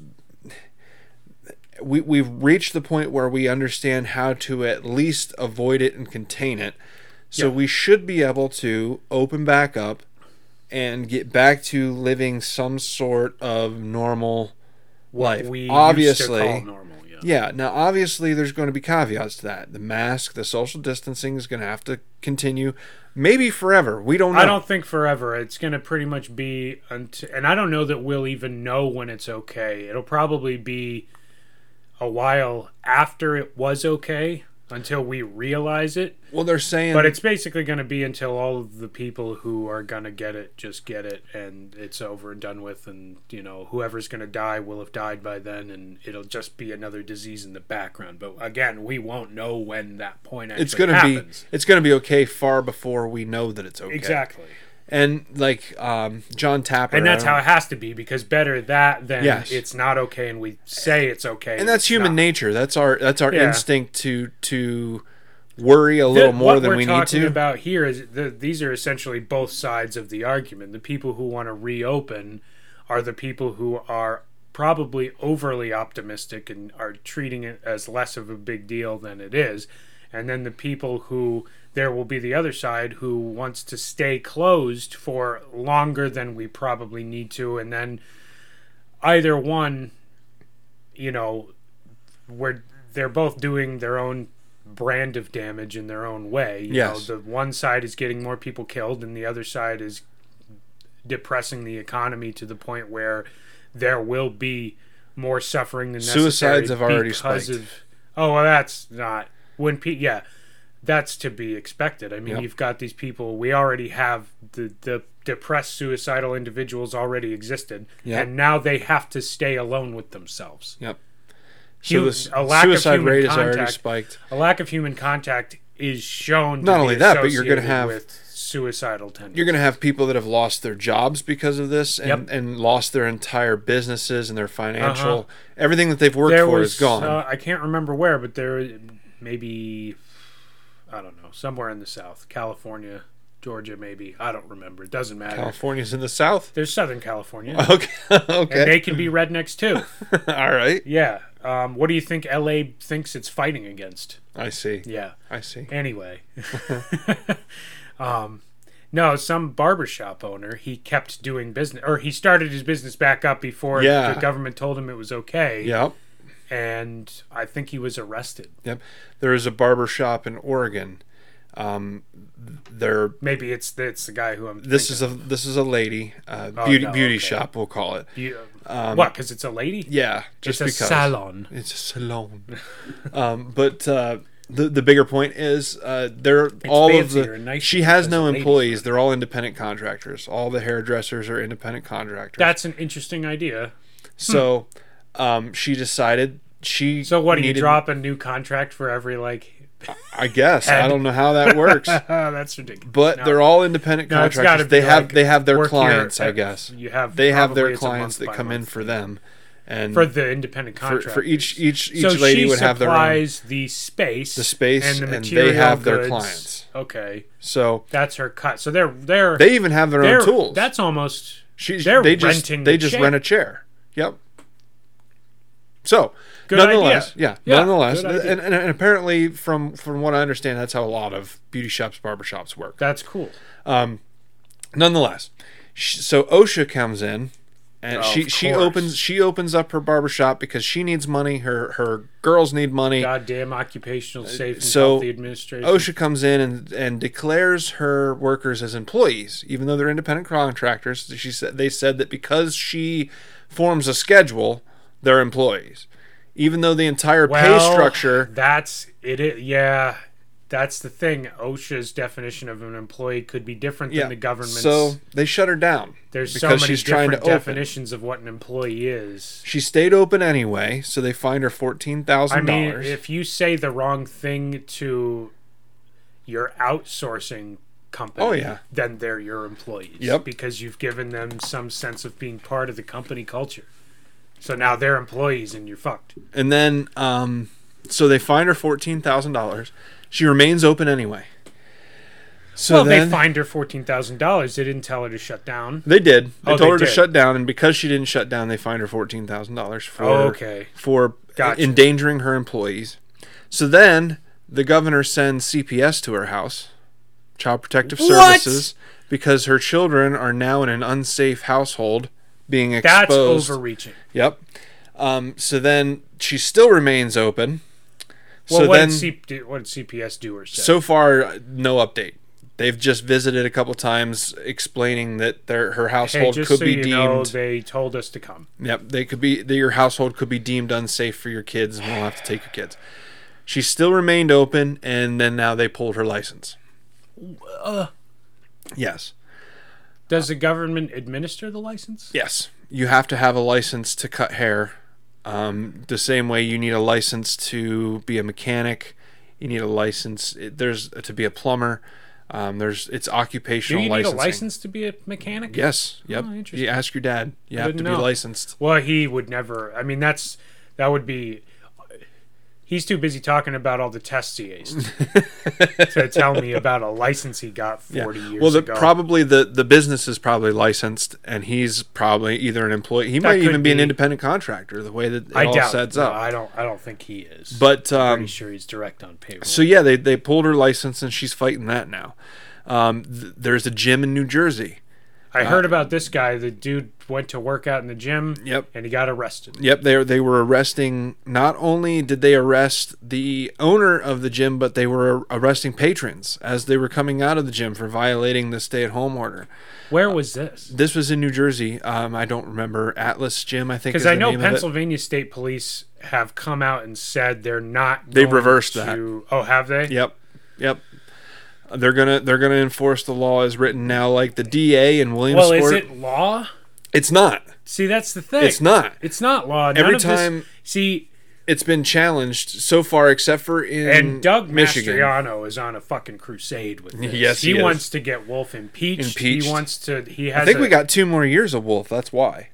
S1: we we've reached the point where we understand how to at least avoid it and contain it. So
S2: Yeah.
S1: we should be able to open back up and get back to living some sort of normal life.
S2: we
S1: obviously,
S2: used to call normal. Yeah.
S1: yeah. Now, obviously, there's going to be caveats to that. The mask, the social distancing is going to have to continue, maybe forever. We don't know.
S2: I don't think forever. It's going to pretty much be until, and I don't know that we'll even know when it's okay. It'll probably be a while after it was okay until we realize it.
S1: well, they're saying,
S2: But it's basically going to be until all of the people who are going to get it just get it and it's over and done with. And, you know, whoever's going to die will have died by then and it'll just be another disease in the background. But again, we won't know when that point actually
S1: it's going to be
S2: happens.
S1: it's going to be okay far before we know that it's okay.
S2: Exactly.
S1: And like um, John Tapper,
S2: And
S1: I
S2: that's
S1: don't-
S2: how it has to be because better that than
S1: Yes.
S2: it's not okay and we say it's okay.
S1: and that's
S2: it's
S1: human
S2: not.
S1: nature. That's our that's our
S2: Yeah.
S1: instinct to to worry a little
S2: Th-
S1: more
S2: what
S1: than
S2: we're
S1: we need
S2: talking
S1: to.
S2: about here is the, these are essentially both sides of the argument. The people who want to reopen are the people who are probably overly optimistic and are treating it as less of a big deal than it is. And then the people who there will be the other side who wants to stay closed for longer than we probably need to and then either one you know where they're both doing their own brand of damage in their own way. You
S1: Yes.
S2: know, the one side is getting more people killed and the other side is depressing the economy to the point where there will be more suffering than necessary
S1: Suicides have already
S2: because
S1: spiked.
S2: of Oh, well that's not when pe- yeah, that's to be expected. I mean,
S1: Yep.
S2: you've got these people we already have the the depressed suicidal individuals already existed
S1: Yep.
S2: and now they have to stay alone with themselves.
S1: Yep.
S2: Hu-
S1: this
S2: a lack of
S1: suicide
S2: human
S1: rate is already
S2: contact.
S1: spiked.
S2: A lack of human contact is shown.
S1: Not
S2: to
S1: only
S2: be
S1: that, but you're gonna
S2: associated
S1: have-
S2: with suicidal tendencies.
S1: You're going to have people that have lost their jobs because of this, and,
S2: Yep.
S1: and lost their entire businesses and their financial everything that they've worked
S2: Uh-huh. there
S1: for
S2: was,
S1: is gone.
S2: uh, I can't remember where, but there maybe I don't know somewhere in the South, California, Georgia, maybe I don't remember. It doesn't matter.
S1: California's in the south.
S2: There's Southern California,
S1: Okay,
S2: and
S1: okay,
S2: they can be rednecks too.
S1: all right.
S2: yeah. Um, what do you think LA thinks it's fighting against?
S1: I see.
S2: Yeah.
S1: I see.
S2: Anyway, um, no, some barbershop owner, he kept doing business, or he started his business back up before
S1: Yeah.
S2: the government told him it was okay.
S1: Yep,
S2: And I think he was arrested.
S1: yep. There is a barber shop in Oregon. Um, they're
S2: Maybe it's the, it's the guy who I'm.
S1: this is a this is a lady uh,
S2: Oh,
S1: beauty
S2: no,
S1: beauty
S2: okay.
S1: shop. We'll call it.
S2: thinking. You- what? Because it's a lady.
S1: um, Yeah,
S2: It's
S1: just
S2: a
S1: because
S2: salon.
S1: it's a salon. um, but uh, the the bigger point is uh, they're all of
S2: fancier
S1: the.
S2: and nicer
S1: she has
S2: because
S1: no
S2: the ladies
S1: employees. They're all independent contractors. All the hairdressers are independent contractors.
S2: That's an interesting idea.
S1: so um, she decided she.
S2: So what do you
S1: needed-
S2: drop a new contract for every like?
S1: I guess I don't know how that works.
S2: That's ridiculous.
S1: But
S2: No.
S1: they're all independent
S2: No, it's gotta
S1: contractors.
S2: be
S1: They have
S2: like,
S1: they have their
S2: work here
S1: clients. I
S2: at-
S1: guess
S2: you have.
S1: they have
S2: probably
S1: their
S2: it's a
S1: clients that
S2: month by
S1: come in
S2: month.
S1: for them, and
S2: for the independent
S1: for,
S2: contractor.
S1: for each each each
S2: so
S1: lady
S2: she
S1: would have their own.
S2: supplies the space,
S1: the space
S2: and the
S1: and
S2: material
S1: they have their
S2: goods.
S1: clients.
S2: Okay,
S1: So
S2: that's her cut. So they're they're
S1: they even have their
S2: they're
S1: own tools.
S2: That's almost
S1: she,
S2: they're
S1: they just
S2: renting
S1: they
S2: the
S1: just
S2: chair.
S1: rent a chair. Yep. So
S2: Good
S1: nonetheless,
S2: idea.
S1: yeah,
S2: Yeah,
S1: nonetheless,
S2: good idea.
S1: and, and, and apparently from from what I understand, that's how a lot of beauty shops, barber shops work. Um,
S2: that's cool.
S1: nonetheless sh- so osha comes in and
S2: Of
S1: she she
S2: course.
S1: opens she opens up her barber shop because she needs money her her girls need money
S2: Goddamn occupational safe and
S1: Uh, so,
S2: healthy administration.
S1: osha comes in and and declares her workers as employees even though they're independent contractors she said they said that because she forms a schedule they're employees even though the entire pay structure
S2: That's it, i- Yeah, that's the thing. OSHA's definition of an employee could be different
S1: yeah
S2: than the government's.
S1: so they shut her down
S2: there's so
S1: because
S2: many
S1: she's trying
S2: different
S1: to open.
S2: definitions of what an employee is.
S1: she stayed open anyway so they fined her $14000
S2: I mean, if you say the wrong thing to your outsourcing company,
S1: Oh, yeah.
S2: then they're your employees.
S1: Yep.
S2: Because you've given them some sense of being part of the company culture. So now they're employees and you're fucked.
S1: And then, um, so they find her fourteen thousand dollars. She remains open anyway. So
S2: well,
S1: then
S2: they fined her fourteen thousand dollars. They didn't tell her to shut down.
S1: they did. They
S2: Oh,
S1: told
S2: they
S1: her to
S2: did.
S1: shut down, and because she didn't shut down, they fined her fourteen thousand dollars for
S2: Oh, Okay.
S1: for
S2: Gotcha.
S1: endangering her employees. So then the governor sends CPS to her house, Child Protective
S2: What?
S1: Services. because her children are now in an unsafe household being exposed.
S2: That's overreaching.
S1: Yep. Um, so then she still remains open.
S2: Well,
S1: so
S2: what,
S1: then,
S2: did C- do- what did CPS do or say?
S1: so far, no update. They've just visited a couple times, explaining that their her
S2: hey,
S1: household
S2: just
S1: could
S2: so
S1: be
S2: you
S1: deemed.
S2: know, they told us to come.
S1: Yep, they could be that your household could be deemed unsafe for your kids, and we'll have to take your kids. She still remained open, and then now they pulled her license.
S2: Uh.
S1: yes,
S2: Does the government administer the license?
S1: yes, you have to have a license to cut hair. Um, the same way you need a license to be a mechanic, you need a license. it- There's uh, to be a plumber. Um, there's it's
S2: Do
S1: occupational
S2: you need a
S1: licensing.
S2: license to be a mechanic?
S1: Yes. Yep.
S2: Oh,
S1: you
S2: interesting.
S1: ask your dad. You have to
S2: didn't
S1: be
S2: know.
S1: licensed.
S2: Well, he would never. I mean, that's that would be. He's too busy talking about all the tests he aced to tell me about a license he got
S1: Yeah.
S2: forty years
S1: well, the,
S2: ago.
S1: probably the the business is probably licensed, and he's probably either an employee. He might
S2: could
S1: even be, an
S2: be.
S1: independent contractor. The way that it
S2: I
S1: all
S2: doubt.
S1: sets
S2: no,
S1: up.
S2: I don't. I don't think he is.
S1: but
S2: pretty
S1: um,
S2: sure he's direct on payroll.
S1: so yeah, they they pulled her license, and she's fighting that now. Um, th- there's a gym in New Jersey.
S2: I heard about this guy. The dude went to work out in the gym.
S1: uh, Yep.
S2: And he got arrested.
S1: Yep, they they were arresting. Not only did they arrest the owner of the gym, but they were arresting patrons as they were coming out of the gym for violating the stay-at-home order.
S2: Where was this?
S1: This was in New Jersey. Um, I don't remember Atlas Gym. I think
S2: Because
S1: is
S2: I
S1: the
S2: know
S1: name of it.
S2: Pennsylvania State Police have come out and said they're not.
S1: They've
S2: going
S1: reversed
S2: to,
S1: that.
S2: Oh, have they?
S1: Yep. Yep. They're gonna they're gonna enforce the law as written now, like the DA in
S2: Well,
S1: Williamsport.
S2: is it law?
S1: It's not.
S2: See, that's the thing.
S1: It's not.
S2: It's not law. None
S1: Every
S2: of this-
S1: time-
S2: see,
S1: It's been challenged so far, except for in
S2: and Doug
S1: Michigan.
S2: Mastriano is on a fucking crusade with this.
S1: Yes, he is.
S2: wants to get Wolf impeached.
S1: Impeached.
S2: He wants to. He has.
S1: I think
S2: a-
S1: we got two more years of Wolf. That's why,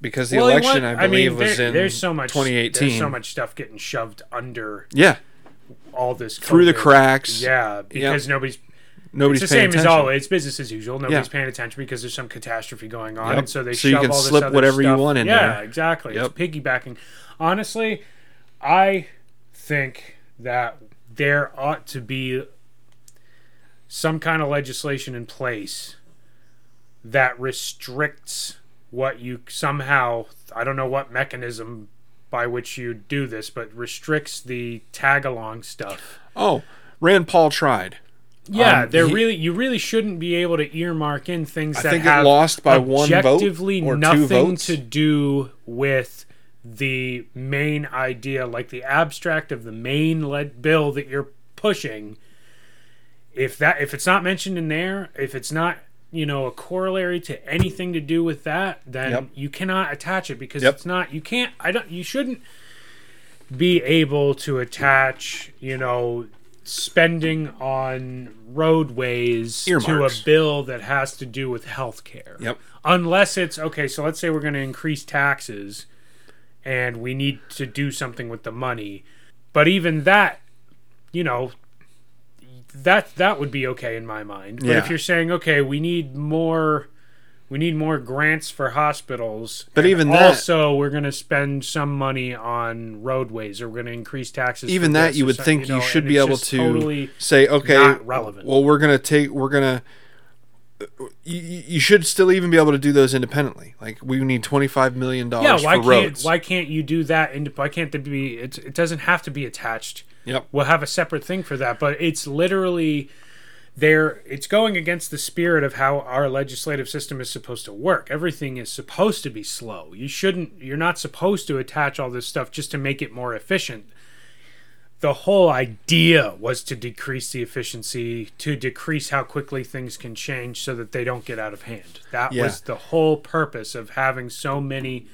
S1: because the
S2: Well, he
S1: election
S2: want-
S1: I believe
S2: mean,
S1: was
S2: there-
S1: in
S2: there's so much,
S1: 2018.
S2: There's so much stuff getting shoved under
S1: Yeah,
S2: all this
S1: through the
S2: COVID.
S1: cracks.
S2: Yeah, because nobody's. It's
S1: nobody's
S2: the
S1: paying
S2: same as
S1: attention.
S2: always. It's business as usual. Nobody's
S1: Yeah.
S2: paying attention because there's some catastrophe going on,
S1: Yep.
S2: and so they
S1: So you
S2: shove
S1: can
S2: all this
S1: slip
S2: other
S1: whatever you
S2: stuff-
S1: want in
S2: yeah,
S1: there.
S2: exactly.
S1: Yep.
S2: It's piggybacking. Honestly, I think that there ought to be some kind of legislation in place that restricts what you somehow I don't know what mechanism by which you do this, but restricts the tag along stuff.
S1: Oh, Rand Paul tried.
S2: Yeah,
S1: Um,
S2: they're
S1: he-
S2: really you really shouldn't be able to earmark in things that
S1: think it
S2: have
S1: lost by one vote
S2: objectively
S1: or two
S2: nothing
S1: votes.
S2: to do with the main idea, like the abstract of the main led bill that you're pushing. If that if it's not mentioned in there, if it's not you know a corollary to anything to do with that, then
S1: Yep.
S2: you cannot attach it because
S1: Yep.
S2: it's not you can't I don't you shouldn't be able to attach, you know, spending on roadways
S1: Earmarks.
S2: to a bill that has to do with health care.
S1: Yep.
S2: Unless it's okay, so let's say we're going to increase taxes and we need to do something with the money. But even that, you know, that that would be okay in my mind. But
S1: Yeah.
S2: if you're saying, okay, we need more we need more grants for hospitals.
S1: But
S2: and
S1: even that-
S2: also we're going to spend some money on roadways, or we're going to increase taxes. for
S1: even that
S2: this
S1: you
S2: or
S1: would
S2: some-
S1: think you,
S2: know,
S1: should
S2: and
S1: be
S2: it's
S1: able
S2: just
S1: to
S2: totally.
S1: say okay
S2: not relevant.
S1: well we're going to take we're going to you, you should still even be able to do those independently like we need 25 million
S2: Yeah,
S1: dollars
S2: why
S1: for
S2: can't
S1: roads
S2: why can't you do that? And why can't there be? It, it doesn't have to be attached.
S1: yep
S2: We'll have a separate thing for that, but it's literally there. It's going against the spirit of how our legislative system is supposed to work. Everything is supposed to be slow. You shouldn't. You're not supposed to attach all this stuff just to make it more efficient. the whole idea was to decrease the efficiency, to decrease how quickly things can change so that they don't get out of hand. That
S1: Yeah.
S2: was the whole purpose of having so many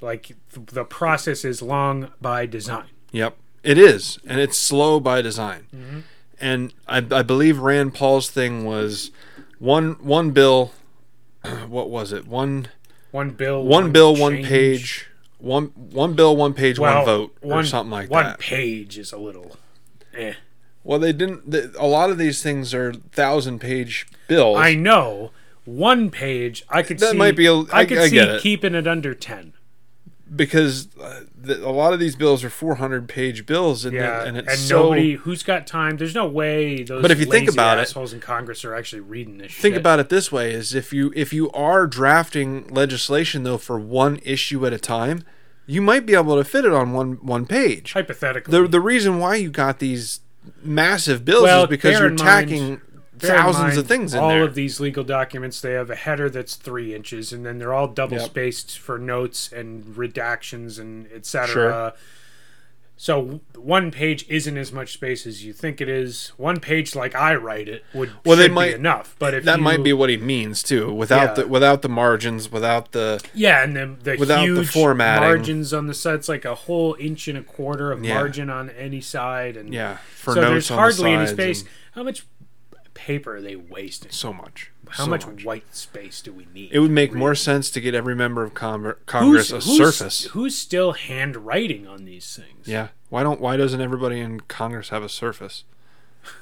S2: like th- the process is long by design.
S1: yep it is and it's slow by design
S2: Mm-hmm.
S1: and I, I believe rand paul's thing was one one bill what was it one
S2: One bill,
S1: one bill one
S2: change.
S1: page one one bill one page
S2: Well,
S1: one vote or something like
S2: one
S1: that
S2: page is a little eh.
S1: Well, they didn't. The, a lot of these things are thousand-page bills.
S2: I know. One page, I could
S1: That
S2: see
S1: might be a-
S2: I
S1: I-
S2: could
S1: I
S2: see
S1: get it.
S2: keeping it under 10.
S1: because uh, the, a lot of these bills are 400 page bills and,
S2: Yeah,
S1: they're- and
S2: and,
S1: it's so
S2: nobody who's got time. There's no way those.
S1: But if you think
S2: lazy
S1: about it-
S2: assholes in Congress are actually reading this.
S1: think
S2: shit.
S1: about it this way is if you if you are drafting legislation though for one issue at a time you might be able to fit it on one one page
S2: hypothetically.
S1: the the reason why you got these massive bills
S2: Well,
S1: is because
S2: bear
S1: you're
S2: in
S1: tacking
S2: Bear in
S1: thousands
S2: mind,
S1: of things in
S2: all
S1: there
S2: of these legal documents they have a header that's three inches and then they're all double spaced for notes and redactions and etc so w- one page isn't as much space as you think it is one page like i write it would
S1: Well, they
S2: should
S1: might-
S2: be enough but if
S1: that
S2: you-
S1: might be what he means too without
S2: Yeah.
S1: the without the margins without the
S2: yeah and then the
S1: without the
S2: huge
S1: formatting.
S2: margins on the sides like a whole inch and a quarter of
S1: Yeah.
S2: margin on any side and
S1: yeah for
S2: so
S1: notes
S2: there's
S1: on
S2: hardly
S1: the
S2: any
S1: sides
S2: space
S1: and
S2: how much paper are they wasting
S1: so much
S2: how
S1: so
S2: much, white space do we need
S1: it would make more sense to get every member of Congre-
S2: who's,
S1: congress a
S2: who's,
S1: surface
S2: Who's still handwriting on these things?
S1: Yeah. Why don't why doesn't everybody in Congress have a Surface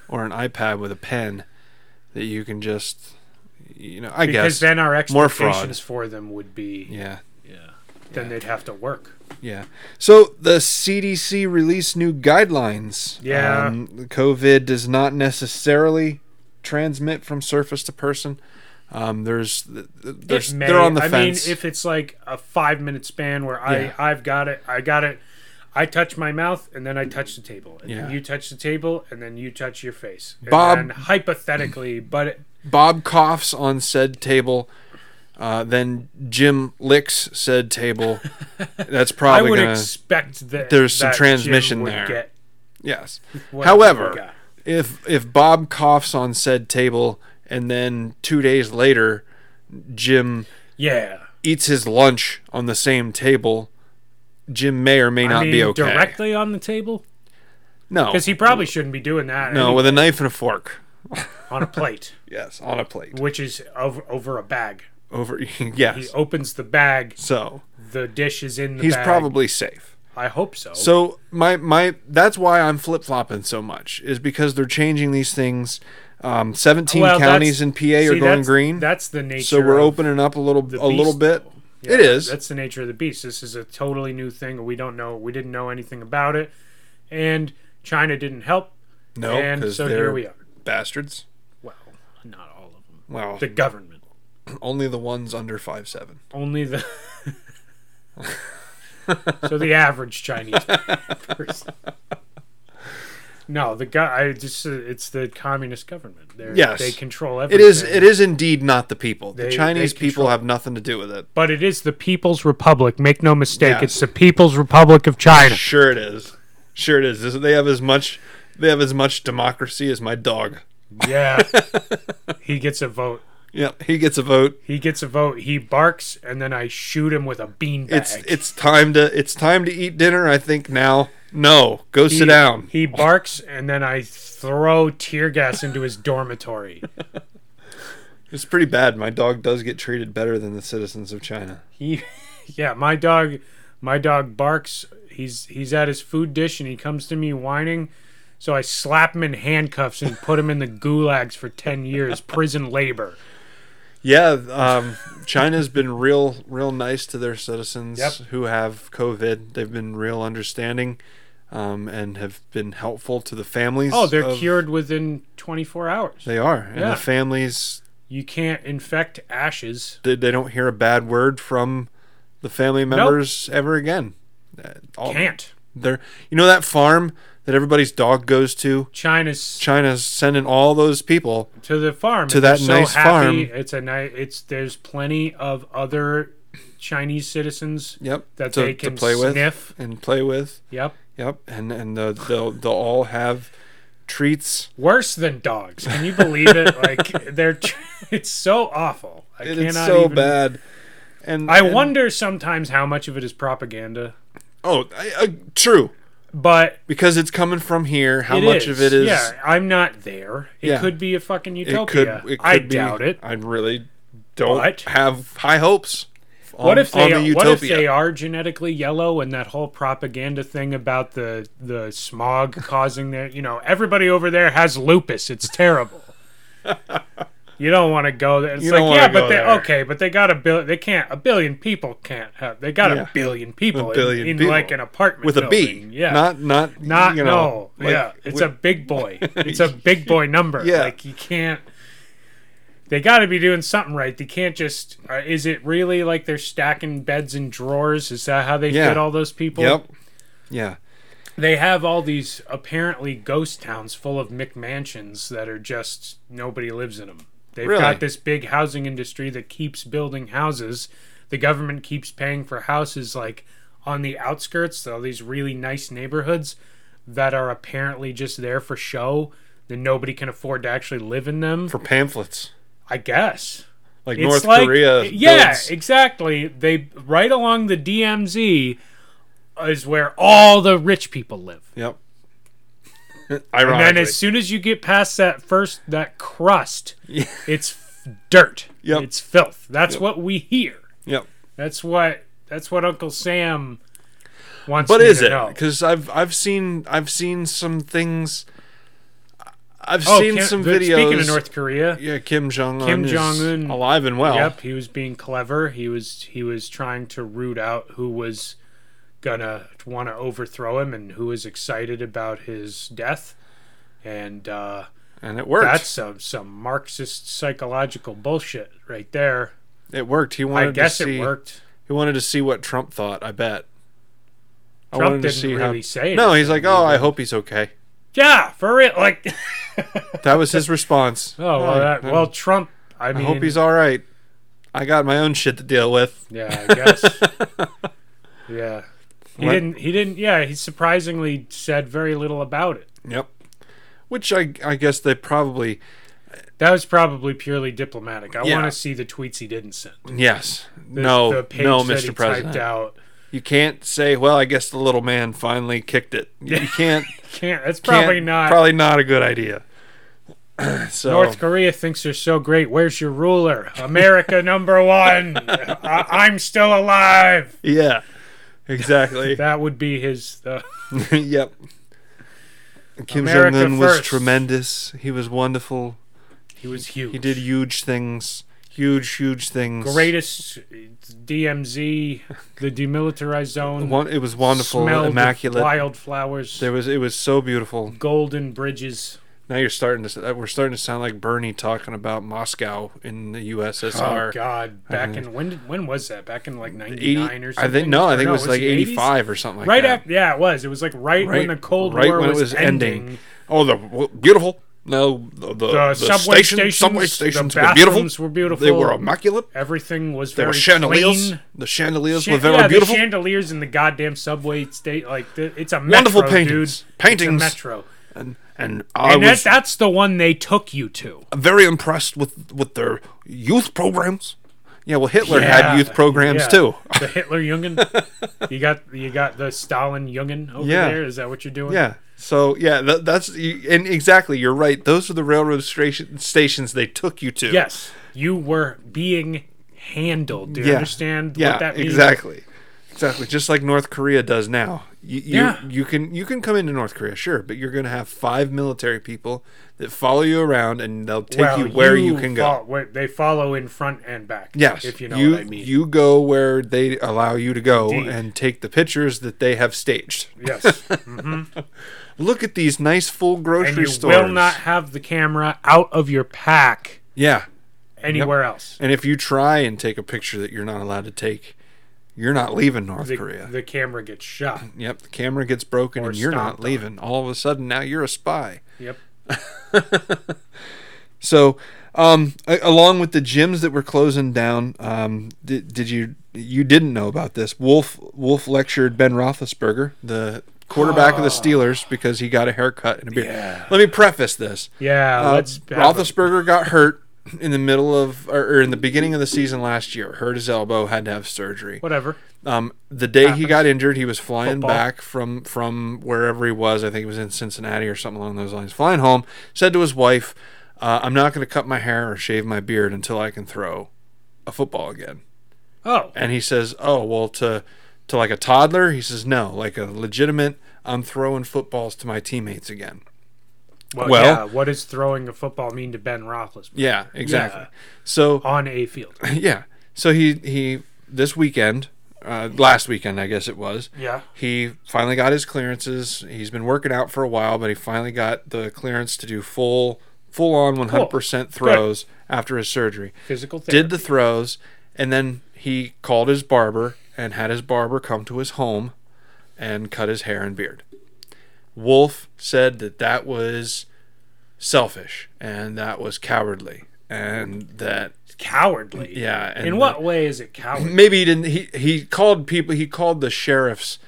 S1: or an iPad with a pen that you can just you know, I
S2: because
S1: guess
S2: then our
S1: More fraud.
S2: expectations for them would be
S1: yeah.
S2: yeah. Then they'd have to work.
S1: Yeah. So the CDC released new guidelines.
S2: Yeah.
S1: Um, COVID does not necessarily transmit from surface to person. Um, there's, th- th- there's
S2: It may-
S1: they're on the
S2: I
S1: fence.
S2: mean, if it's like a five minute span where I
S1: Yeah.
S2: I've got it, I got it. I touch my mouth and then I touch the table, and
S1: Yeah.
S2: then you touch the table, and then you touch your face. And
S1: Bob-
S2: then hypothetically, but it,
S1: Bob coughs on said table. Uh, then Jim licks said table. That's
S2: I
S1: probably
S2: would
S1: gonna
S2: expect that
S1: there's some
S2: that Jim
S1: transmission
S2: would
S1: there.
S2: get
S1: yes.
S2: what
S1: However,
S2: we got.
S1: if if Bob coughs on said table and then two days later Jim
S2: yeah,
S1: eats his lunch on the same table, Jim may or may
S2: I
S1: not
S2: mean,
S1: be okay.
S2: directly on the table
S1: no,
S2: because he probably shouldn't be doing that.
S1: no,
S2: anyway.
S1: with a knife and a fork.
S2: on a plate,
S1: Yes, on a plate
S2: which is over, over a bag.
S1: over.
S2: He
S1: yes,
S2: opens the bag,
S1: so
S2: the dish is in the
S1: he's
S2: bag.
S1: probably safe.
S2: I hope so.
S1: So my my that's why I'm flip flopping so much is because they're changing these things. Um, 17
S2: Well, that's-
S1: counties in PA
S2: See,
S1: are going
S2: that's-
S1: green,
S2: That's the nature.
S1: so we're
S2: of
S1: opening up a little
S2: the
S1: a little
S2: beast,
S1: bit.
S2: though.
S1: It
S2: Yeah,
S1: is.
S2: That's the nature of the beast. This is a totally new thing. We don't know. We didn't know anything about it, and China didn't help.
S1: No,
S2: and
S1: 'cause
S2: so
S1: they're
S2: here we are.
S1: bastards.
S2: Well, not all of them.
S1: Well,
S2: The government.
S1: only the ones under five seven.
S2: Only the. so the average Chinese person. No, the guy. I just. uh, It's the communist government. They're,
S1: Yes.
S2: they control
S1: It
S2: everything.
S1: is. It is indeed not the people.
S2: They-
S1: the Chinese
S2: they
S1: people
S2: control-
S1: have nothing to do with it.
S2: But it is the People's Republic. Make no mistake.
S1: Yes.
S2: It's the People's Republic of China.
S1: Sure, it is. Sure, it is. This- They have as much. They have as much democracy as my dog.
S2: Yeah. he gets a vote.
S1: Yep, he gets a vote.
S2: He gets a vote. He barks, and then I shoot him with a beanbag.
S1: It's it's time to it's time to eat dinner. I think now. No, go sit
S2: He-
S1: down.
S2: He barks, and then I throw tear gas into his dormitory.
S1: It's pretty bad. My dog does get treated better than the citizens of China.
S2: He, yeah, my dog, my dog barks. He's he's at his food dish and he comes to me whining, so I slap him in handcuffs and put him in the gulags for ten years, prison labor.
S1: Yeah, um, China's been real, real nice to their citizens
S2: Yep.
S1: who have COVID. They've been real understanding, um, and have been helpful to the families.
S2: Oh, they're
S1: of-
S2: cured within twenty four hours.
S1: They are, and
S2: Yeah.
S1: the families
S2: You can't infect ashes.
S1: they, they don't hear a bad word from the family members ever again. Uh, all-
S2: Can't.
S1: They're, you know that farm that everybody's dog goes to.
S2: China's
S1: China's sending all those people.
S2: to the farm.
S1: To
S2: and they're
S1: that nice farm.
S2: It's a nice. It's there's plenty of other Chinese citizens
S1: Yep,
S2: that
S1: to,
S2: they
S1: to
S2: can
S1: play with
S2: sniff.
S1: and play with.
S2: Yep.
S1: Yep, and and uh, they'll they'll all have treats.
S2: worse than dogs. Can you believe it? like they're tr- it's so awful. I
S1: It-
S2: cannot
S1: it's so
S2: even,
S1: bad. And
S2: I
S1: and-
S2: wonder sometimes how much of it is propaganda,
S1: Oh, I, I, true,
S2: but
S1: because it's coming from here. How
S2: it
S1: much of it is?
S2: Yeah, I'm not there. It
S1: Yeah.
S2: could be a fucking
S1: it
S2: utopia.
S1: could. It could
S2: I
S1: be,
S2: doubt it.
S1: I really don't
S2: But-
S1: have high hopes. On,
S2: What if
S1: on
S2: they?
S1: the
S2: what if
S1: utopia.
S2: they are genetically yellow and that whole propaganda thing about the the smog causing their? You know, everybody over there has lupus. It's terrible. You don't want to go there. It's
S1: You don't
S2: like,
S1: wanna
S2: yeah, but
S1: go
S2: they
S1: there.
S2: okay, but they got a bill. They can't. A billion people can't have. They got
S1: Yeah.
S2: a billion people
S1: A
S2: in-
S1: billion
S2: in,
S1: people.
S2: like an apartment
S1: with a B.
S2: building. Yeah,
S1: Not not
S2: not
S1: you know,
S2: no.
S1: like,
S2: yeah, it's
S1: we-
S2: a big boy. It's a big boy number.
S1: Yeah.
S2: like you can't. They got to be doing something right. They can't just. Uh, is it really like they're stacking beds and drawers? Is that how they
S1: Yeah.
S2: fit all those people?
S1: Yep. Yeah.
S2: They have all these apparently ghost towns full of McMansions that are just nobody lives in them. They've
S1: Really?
S2: got this big housing industry that keeps building houses. The government keeps paying for houses like on the outskirts, all these really nice neighborhoods that are apparently just there for show. Then nobody can afford to actually live in them.
S1: For pamphlets.
S2: I guess
S1: Like
S2: it's
S1: North
S2: like,
S1: Korea.
S2: Yeah,
S1: builds-
S2: exactly. They right along the DMZ is where all the rich people live.
S1: Yep.
S2: And
S1: Ironically.
S2: then as soon as you get past that first that crust,
S1: Yeah.
S2: it's f- dirt.
S1: Yep.
S2: It's filth. That's what we hear.
S1: yep.
S2: That's what that's what Uncle Sam wants
S1: But
S2: me
S1: is
S2: to
S1: it?
S2: know.
S1: Because I've I've seen I've seen some things. I've
S2: Oh,
S1: seen
S2: Kim-
S1: some
S2: the-
S1: videos.
S2: Speaking of North Korea,
S1: yeah, Kim Jong Un.
S2: Kim Jong-un.
S1: alive and well.
S2: yep, he was being clever. He was he was trying to root out who was gonna want to overthrow him and who was excited about his death. And uh
S1: and it worked.
S2: that's some some Marxist psychological bullshit right there.
S1: it worked. He wanted
S2: I guess
S1: to see,
S2: it worked.
S1: He wanted to see what Trump thought. I bet. I
S2: Trump
S1: wanted to
S2: didn't
S1: see
S2: really
S1: how.
S2: say
S1: no,
S2: anything,
S1: he's like, oh, I hope he's okay.
S2: Yeah, for real. Like,
S1: That was his response.
S2: oh well,
S1: I-
S2: that,
S1: I-
S2: well, Trump. I
S1: I
S2: mean,
S1: hope he's all right. I got my own shit to deal with.
S2: yeah, I guess. yeah, he
S1: What?
S2: didn't. He didn't. Yeah, he surprisingly said very little about it.
S1: Yep. Which I I guess they probably
S2: That was probably purely diplomatic. I
S1: Yeah.
S2: want to see the tweets he didn't send.
S1: yes
S2: The-
S1: no
S2: the page
S1: no
S2: that he
S1: Mr. President
S2: Typed out.
S1: you can't say well I guess the little man finally kicked it you can't
S2: Can't. That's
S1: can't-
S2: probably not.
S1: probably not a good idea so
S2: North Korea thinks they're so great. Where's your ruler? America number one. I, I'm still alive.
S1: yeah exactly
S2: That would be his. Uh,
S1: yep Kim Jong
S2: America
S1: Un was
S2: first.
S1: tremendous he was wonderful
S2: he was huge.
S1: he did huge things huge huge things
S2: greatest DMZ, the demilitarized zone.
S1: Won- it was wonderful
S2: smelled of
S1: immaculate
S2: Wildflowers,
S1: there was it was so beautiful
S2: golden bridges.
S1: Now you're starting to. uh, We're starting to sound like Bernie talking about Moscow in the
S2: Oh
S1: USSR.
S2: God! Back in when? Did, when was that? Back in like '99 or something.
S1: Uh-huh. I think no. I think
S2: Or
S1: it was like
S2: the 80s?
S1: 85 or something like
S2: Right
S1: that.
S2: after, yeah, it was. It was like right, when
S1: Right-
S2: the Cold
S1: right
S2: War
S1: when it
S2: was,
S1: was ending.
S2: ending.
S1: Oh, the well, beautiful. No, the, the,
S2: The,
S1: the
S2: subway
S1: station,
S2: stations,
S1: subway stations
S2: the
S1: were beautiful.
S2: bathrooms were beautiful.
S1: They were immaculate.
S2: Everything was
S1: There
S2: very
S1: were chandeliers.
S2: clean.
S1: The chandeliers
S2: Cha-
S1: were very
S2: yeah,
S1: beautiful.
S2: the chandeliers in the goddamn subway state, like the, it's a
S1: Wonderful
S2: metro, dude.
S1: paintings.
S2: It's a
S1: Paintings.
S2: metro.
S1: and, and I
S2: and
S1: was
S2: that, that's the one they took you to.
S1: very impressed with with their youth programs. Yeah, well, Hitler
S2: Yeah,
S1: had youth programs
S2: yeah.
S1: too.
S2: The Hitler Jungen. you got you got the Stalin Jungen over
S1: Yeah.
S2: there. Is that what you're doing?
S1: Yeah. So yeah, tha that's you- and exactly you're right. Those are the railroad station, stations they took you to.
S2: Yes, you were being handled. Do you
S1: Yeah.
S2: understand
S1: Yeah.
S2: what that means?
S1: exactly. Exactly. Just like North Korea does now. You, you,
S2: Yeah.
S1: You can you can come into North Korea, sure, but you're gonna have five military people that follow you around and they'll take
S2: Well,
S1: you where you, can go.
S2: fol- wait, they follow in front and back.
S1: Yes.
S2: if you know
S1: you,
S2: what I mean.
S1: You go where they allow you to go
S2: Indeed.
S1: and take the pictures that they have staged.
S2: yes,
S1: Look at these nice full grocery
S2: and you
S1: stores.
S2: will not have the camera out of your pack
S1: Yeah.
S2: anywhere else.
S1: And if you try and take a picture that you're not allowed to take, you're not leaving North
S2: The,
S1: Korea.
S2: the camera gets shot.
S1: yep, the camera gets broken
S2: Or
S1: and you're not
S2: stomped on.
S1: leaving. All of a sudden, now you're a spy.
S2: Yep.
S1: So, um, a- along with the gyms that were closing down, um, did, did you you didn't know about this? Wolf Wolf lectured Ben Roethlisberger, the quarterback of the Steelers, because he got a haircut and a beard.
S2: Ah. Yeah.
S1: Let me preface this.
S2: Yeah.
S1: Uh,
S2: let's. have a-
S1: Roethlisberger got hurt in the middle of or, or in the beginning of the season last year. Hurt his elbow, had to have surgery.
S2: Whatever.
S1: Um, the day he got injured, he was flying
S2: Football.
S1: back from from wherever he was. I think he was in Cincinnati or something along those lines. Flying home, said to his wife, uh, "I'm not going to cut my hair or shave my beard until I can throw a football again."
S2: Oh,
S1: And he says, "Oh, well, to to like a toddler." He says, "No, like a legitimate. I'm throwing footballs to my teammates again."
S2: Well,
S1: Well-
S2: yeah, what does throwing a football mean to Ben Roethlisberger
S1: Yeah, exactly. So
S2: on a field?
S1: yeah, so he he this weekend, uh, last weekend I guess it was.
S2: Yeah.
S1: He finally got his clearances. He's been working out for a while, but he finally got the clearance to do full full on 100% throws after his surgery.
S2: Physical therapy.
S1: Did the throws and then he called his barber and had his barber come to his home and cut his hair and beard. Wolf said that that was selfish and that was cowardly and that
S2: cowardly.
S1: yeah and
S2: In what way is it cowardly?
S1: maybe he didn't he he called people he called the sheriffs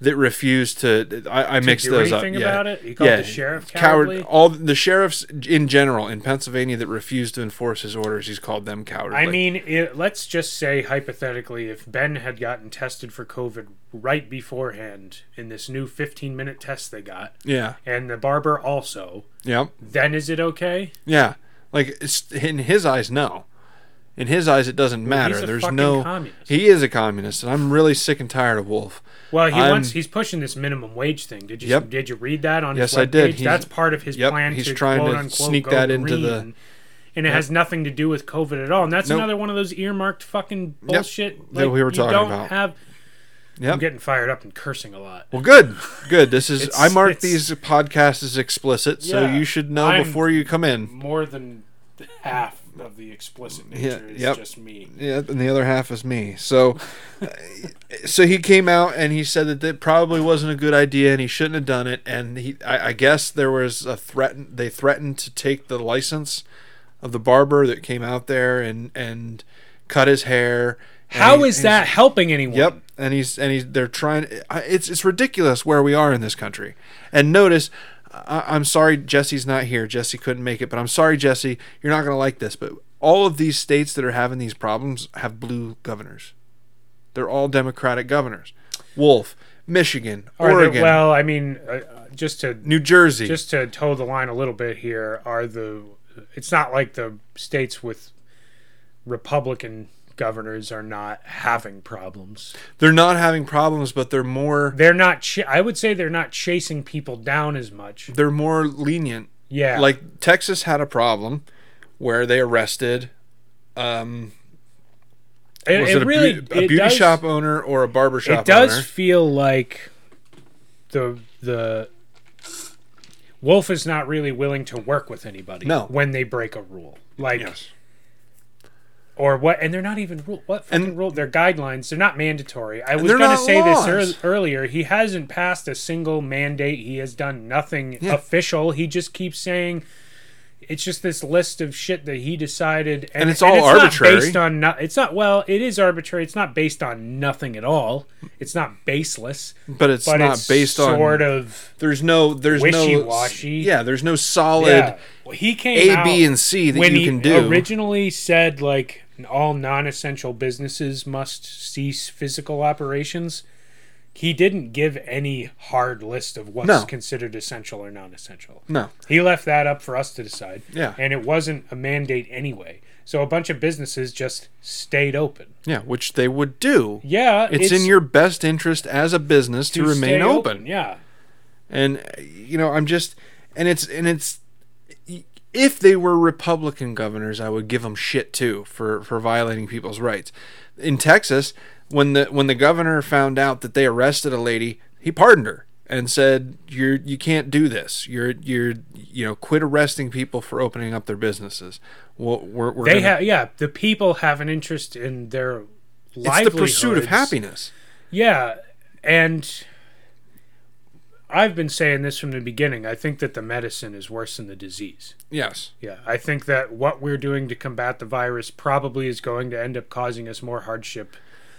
S1: that refused to i, I mixed
S2: do
S1: those up
S2: anything
S1: yeah.
S2: about it? He called
S1: yeah.
S2: the sheriff cowardly?
S1: all the sheriffs in general in pennsylvania that refused to enforce his orders he's called them cowardly
S2: I mean, it, let's just say hypothetically, if Ben had gotten tested for COVID right beforehand in this new 15 minute test they got,
S1: yeah
S2: and the barber also,
S1: yeah
S2: then is it okay?
S1: yeah like it's, in his eyes no in his eyes it doesn't matter
S2: he's a
S1: there's
S2: fucking
S1: no
S2: communist.
S1: he is a communist and i'm really sick and tired of wolf
S2: Well, he
S1: I'm-
S2: wants he's pushing this minimum wage thing. Did you
S1: Yep.
S2: did you read that on
S1: Yes,
S2: his
S1: I did.
S2: webpage?
S1: He's-
S2: That's part of his
S1: yep,
S2: plan
S1: he's
S2: to
S1: trying to
S2: quote unquote
S1: sneak
S2: go
S1: that into
S2: green.
S1: the-
S2: and it has nothing to do with COVID at all. And that's
S1: Nope.
S2: another one of those earmarked fucking bullshit
S1: that we were
S2: you
S1: talking
S2: don't
S1: about.
S2: Have,
S1: Yep.
S2: I'm getting fired up and cursing a lot.
S1: well good good this is
S2: It's-
S1: i marked
S2: it's-
S1: these podcasts as explicit so
S2: Yeah.
S1: you should know
S2: I'm-
S1: before you come in
S2: More than half of the explicit nature is
S1: yep.
S2: just me.
S1: Yeah, and the other half is me. So, uh, so he came out and he said that that probably wasn't a good idea, and he shouldn't have done it. And he, I, I guess, there was a threaten. They threatened to take the license of the barber that came out there and and cut his hair. And
S2: How
S1: he-
S2: is
S1: he's-
S2: that helping anyone?
S1: Yep, and he's and he's they're trying. I- It's it's ridiculous where we are in this country. And notice, I, I'm sorry Jesse's not here. Jesse couldn't make it, but I'm sorry Jesse, you're not gonna like this. But all of these states that are having these problems have blue governors. They're all Democratic governors. Wolf, Michigan,
S2: Are
S1: Oregon,
S2: They, well, I mean, uh, uh, just to
S1: New Jersey.
S2: just to toe the line a little bit here are the it's not like the states with republican governors are not having problems
S1: they're not having problems, but they're more
S2: they're not ch- i would say they're not chasing people down as much
S1: they're more lenient
S2: yeah
S1: like Texas had a problem where they arrested um
S2: it,
S1: was
S2: it
S1: it, a,
S2: really
S1: beauty, a
S2: it
S1: beauty
S2: does,
S1: shop owner or a barber shop
S2: it does
S1: owner?
S2: feel like the the wolf is not really willing to work with anybody
S1: No.
S2: when they break a rule like or what and they're not even rule what fucking
S1: And-
S2: rule they're guidelines they're not mandatory i was
S1: they're
S2: going to
S1: not
S2: say
S1: laws.
S2: this ear earlier he hasn't passed a single mandate he has done nothing
S1: Yeah.
S2: official he just keeps saying it's just this list of shit that he decided and,
S1: it's all
S2: not
S1: arbitrary.
S2: based on no, it's not well it is arbitrary it's not based on nothing at all it's not baseless
S1: But it's
S2: but
S1: not
S2: it's
S1: based on.
S2: sort of
S1: there's no. There's
S2: wishy-washy.
S1: no. Yeah, there's no solid
S2: yeah. Well, he came
S1: A,
S2: out,
S1: B, and C that
S2: when
S1: you
S2: he
S1: can do.
S2: originally said like all non-essential businesses must cease physical operations he didn't give any hard list of what's
S1: No.
S2: considered essential or non-essential
S1: no.
S2: he left that up for us to decide
S1: Yeah.
S2: and it wasn't a mandate anyway so a bunch of businesses just stayed open
S1: Yeah, which they would do.
S2: yeah
S1: It's, in your best interest as a business to, remain
S2: stay
S1: open.
S2: yeah
S1: And uh, you know, I'm just. And it's and it's. If they were Republican governors, I would give them shit too for for violating people's rights. In Texas, when the when the governor found out that they arrested a lady, he pardoned her and said, "You're you can't do this. You're you're you know quit arresting people for opening up their businesses." Well, we're, we're
S2: they
S1: gonna-
S2: have yeah the people have an interest in their
S1: it's the pursuit of
S2: livelihoods.
S1: happiness.
S2: Yeah, and I've been saying this from the beginning. I think that the medicine is worse than the disease.
S1: Yes,
S2: Yeah, I think that what we're doing to combat the virus probably is going to end up causing us more hardship.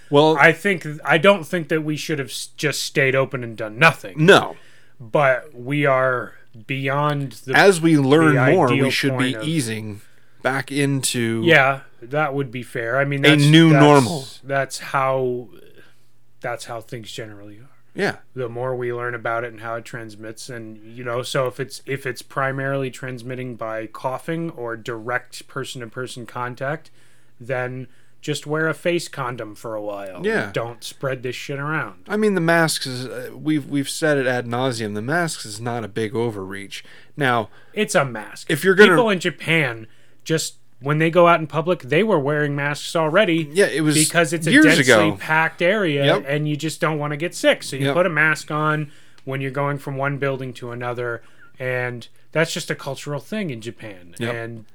S1: well,
S2: I think I don't think that we should have s- just stayed open and done nothing,
S1: no.
S2: but we are beyond the
S1: As we learn
S2: the
S1: more, we
S2: ideal
S1: should be
S2: point of-
S1: easing back into
S2: Yeah, that would be fair. I mean, that's,
S1: new
S2: that's-
S1: normal.
S2: That's how that's how things generally are.
S1: yeah.
S2: the more we learn about it and how it transmits and you know so if it's if it's primarily transmitting by coughing or direct person to person contact then just wear a face condom for a while.
S1: Yeah.
S2: Don't spread this shit around.
S1: I mean, the masks is uh, we've we've said it ad nauseum. The masks is not a big overreach. Now,
S2: It's a mask.
S1: If you're gonna-
S2: people in Japan just when they go out in public, they were wearing masks already.
S1: yeah, it was
S2: because it's a
S1: years
S2: densely
S1: ago.
S2: packed area
S1: Yep.
S2: and you just don't want to get sick. So you
S1: Yep.
S2: put a mask on when you're going from one building to another and that's just a cultural thing in Japan.
S1: Yep.
S2: And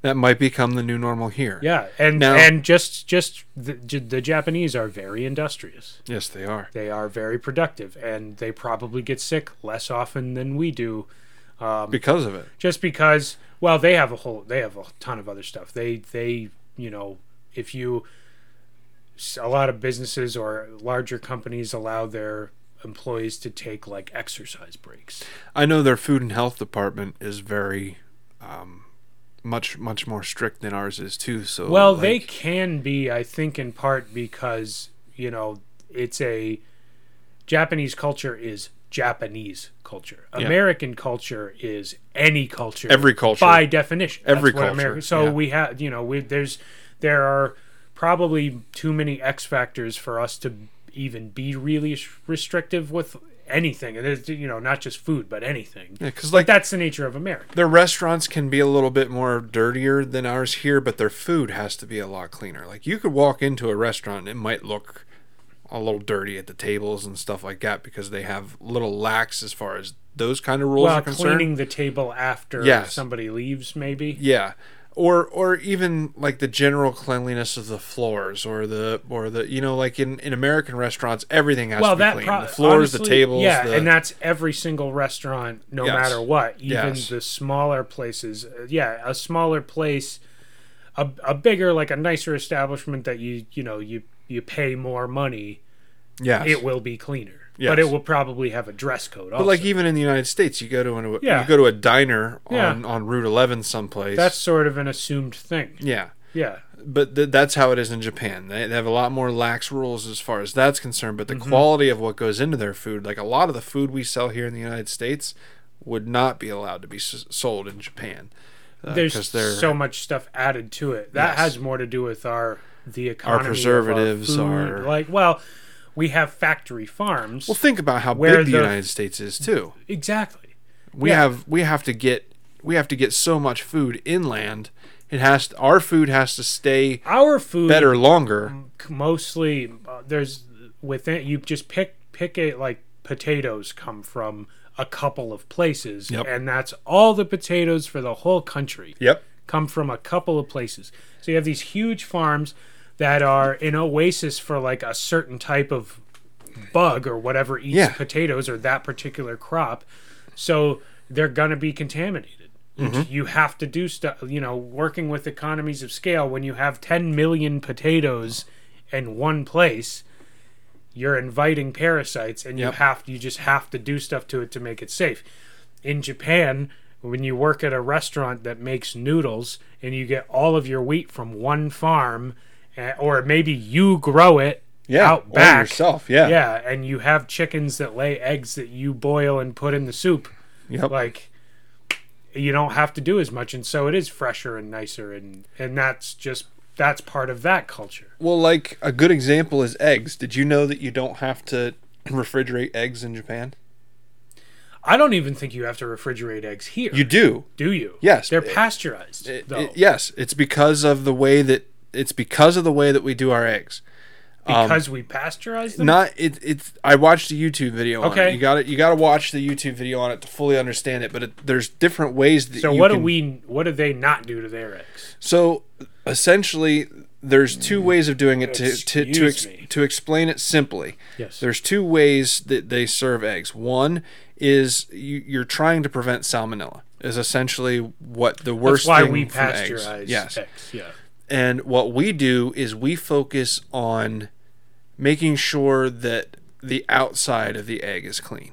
S1: That might become the new normal here.
S2: yeah, and
S1: Now-
S2: and just just the, j- the Japanese are very industrious.
S1: Yes, they are.
S2: They are very productive and they probably get sick less often than we do um,
S1: Because of it.
S2: just because well they have a whole they have a ton of other stuff they they you know if you s- a lot of businesses or larger companies allow their employees to take like exercise breaks
S1: I know their food and health department is very um, much much more strict than ours is too. So
S2: well
S1: Oh, like,
S2: they can be i think in part because you know it's a japanese culture is japanese culture
S1: Yeah.
S2: american culture is any culture
S1: every culture
S2: by definition.
S1: Every
S2: That's what
S1: culture,
S2: America- so
S1: yeah.
S2: we have, you know, we, there's there are probably too many X factors for us to even be really s- restrictive with anything. And it's, you know, not just food, but anything.
S1: because like
S2: That's the nature of America.
S1: their restaurants can be a little bit more dirtier than ours here, but their food has to be a lot cleaner. Like you could walk into a restaurant, and it might look a little dirty at the tables and stuff like that because they have little lax as far as those kind of rules
S2: Well,
S1: are concerned.
S2: cleaning the table after
S1: Yes.
S2: somebody leaves, maybe.
S1: Yeah. Or or even like the general cleanliness of the floors or the or the you know like in, in American restaurants everything has
S2: Well,
S1: to be
S2: that
S1: clean.
S2: pro-
S1: the floors, the
S2: honestly,
S1: tables,
S2: yeah,
S1: the,
S2: and that's every single restaurant, no
S1: Yes.
S2: matter what. Even
S1: Yes.
S2: the smaller places, Uh, yeah, a smaller place, a, a bigger like a nicer establishment that you you know you you pay more money,
S1: yes.
S2: it will be cleaner,
S1: Yes.
S2: but it will probably have a dress code.
S1: but
S2: Also.
S1: like even in the United States, you go to an,
S2: Yeah.
S1: you go to a diner on,
S2: Yeah.
S1: on Route 11 someplace.
S2: that's sort of an assumed thing.
S1: yeah.
S2: Yeah,
S1: But th- that's how it is in Japan. They, they have a lot more lax rules as far as that's concerned. But the
S2: Mm-hmm.
S1: quality of what goes into their food, like a lot of the food we sell here in the United States, would not be allowed to be s- sold in Japan. Uh,
S2: there's
S1: 'cause they're-
S2: so much stuff added to it that
S1: Yes.
S2: has more to do with our the economy, of
S1: preservatives,
S2: our food.
S1: our-
S2: like well, we have factory farms.
S1: Well, think about how
S2: Where
S1: big the
S2: the-
S1: United States is too.
S2: exactly.
S1: We
S2: Yeah.
S1: have we have to get we have to get so much food inland. It has to, our food has to stay
S2: our food
S1: better
S2: Mm.
S1: longer.
S2: mostly uh, there's within you just pick pick a like potatoes come from a couple of places
S1: Yep.
S2: and that's all the potatoes for the whole country
S1: Yep.
S2: come from a couple of places so you have these huge farms that are an oasis for like a certain type of bug or whatever eats
S1: Yeah.
S2: potatoes or that particular crop so they're gonna be contaminated you have to do stuff you know working with economies of scale when you have 10 million potatoes in one place you're inviting parasites and
S1: Yep.
S2: you have you just have to do stuff to it to make it safe in japan when you work at a restaurant that makes noodles and you get all of your wheat from one farm eh, or maybe you grow it out back
S1: yourself. Yeah.
S2: yeah and you have chickens that lay eggs that you boil and put in the soup
S1: Yep.
S2: like you don't have to do as much and so it is fresher and nicer and and that's just that's part of that culture
S1: Well, like a good example is eggs. Did you know that you don't have to refrigerate eggs in Japan?
S2: i don't even think you have to refrigerate eggs here
S1: You do.
S2: do you
S1: Yes.
S2: they're
S1: It-
S2: pasteurized
S1: It- um,
S2: though
S1: it- yes, it's because of the way that it's because of the way that we do our eggs.
S2: because we pasteurize them
S1: not it, it's i watched a youtube video on it
S2: Okay.
S1: you got to you got to watch the youtube video on it to fully understand it but it, there's different ways that
S2: so
S1: you
S2: what do
S1: can-
S2: we what do they not do to their eggs
S1: so essentially there's two ways of doing it to to to,
S2: Mm. Excuse
S1: ex,
S2: me.
S1: to explain it simply
S2: Yes.
S1: there's two ways that they serve eggs one is you, you're trying to prevent salmonella is essentially what the worst
S2: that's why
S1: thing
S2: we
S1: from eggs-
S2: pasteurize
S1: yes Uh,
S2: eggs yeah
S1: and what we do is we focus on making sure that the outside of the egg is clean.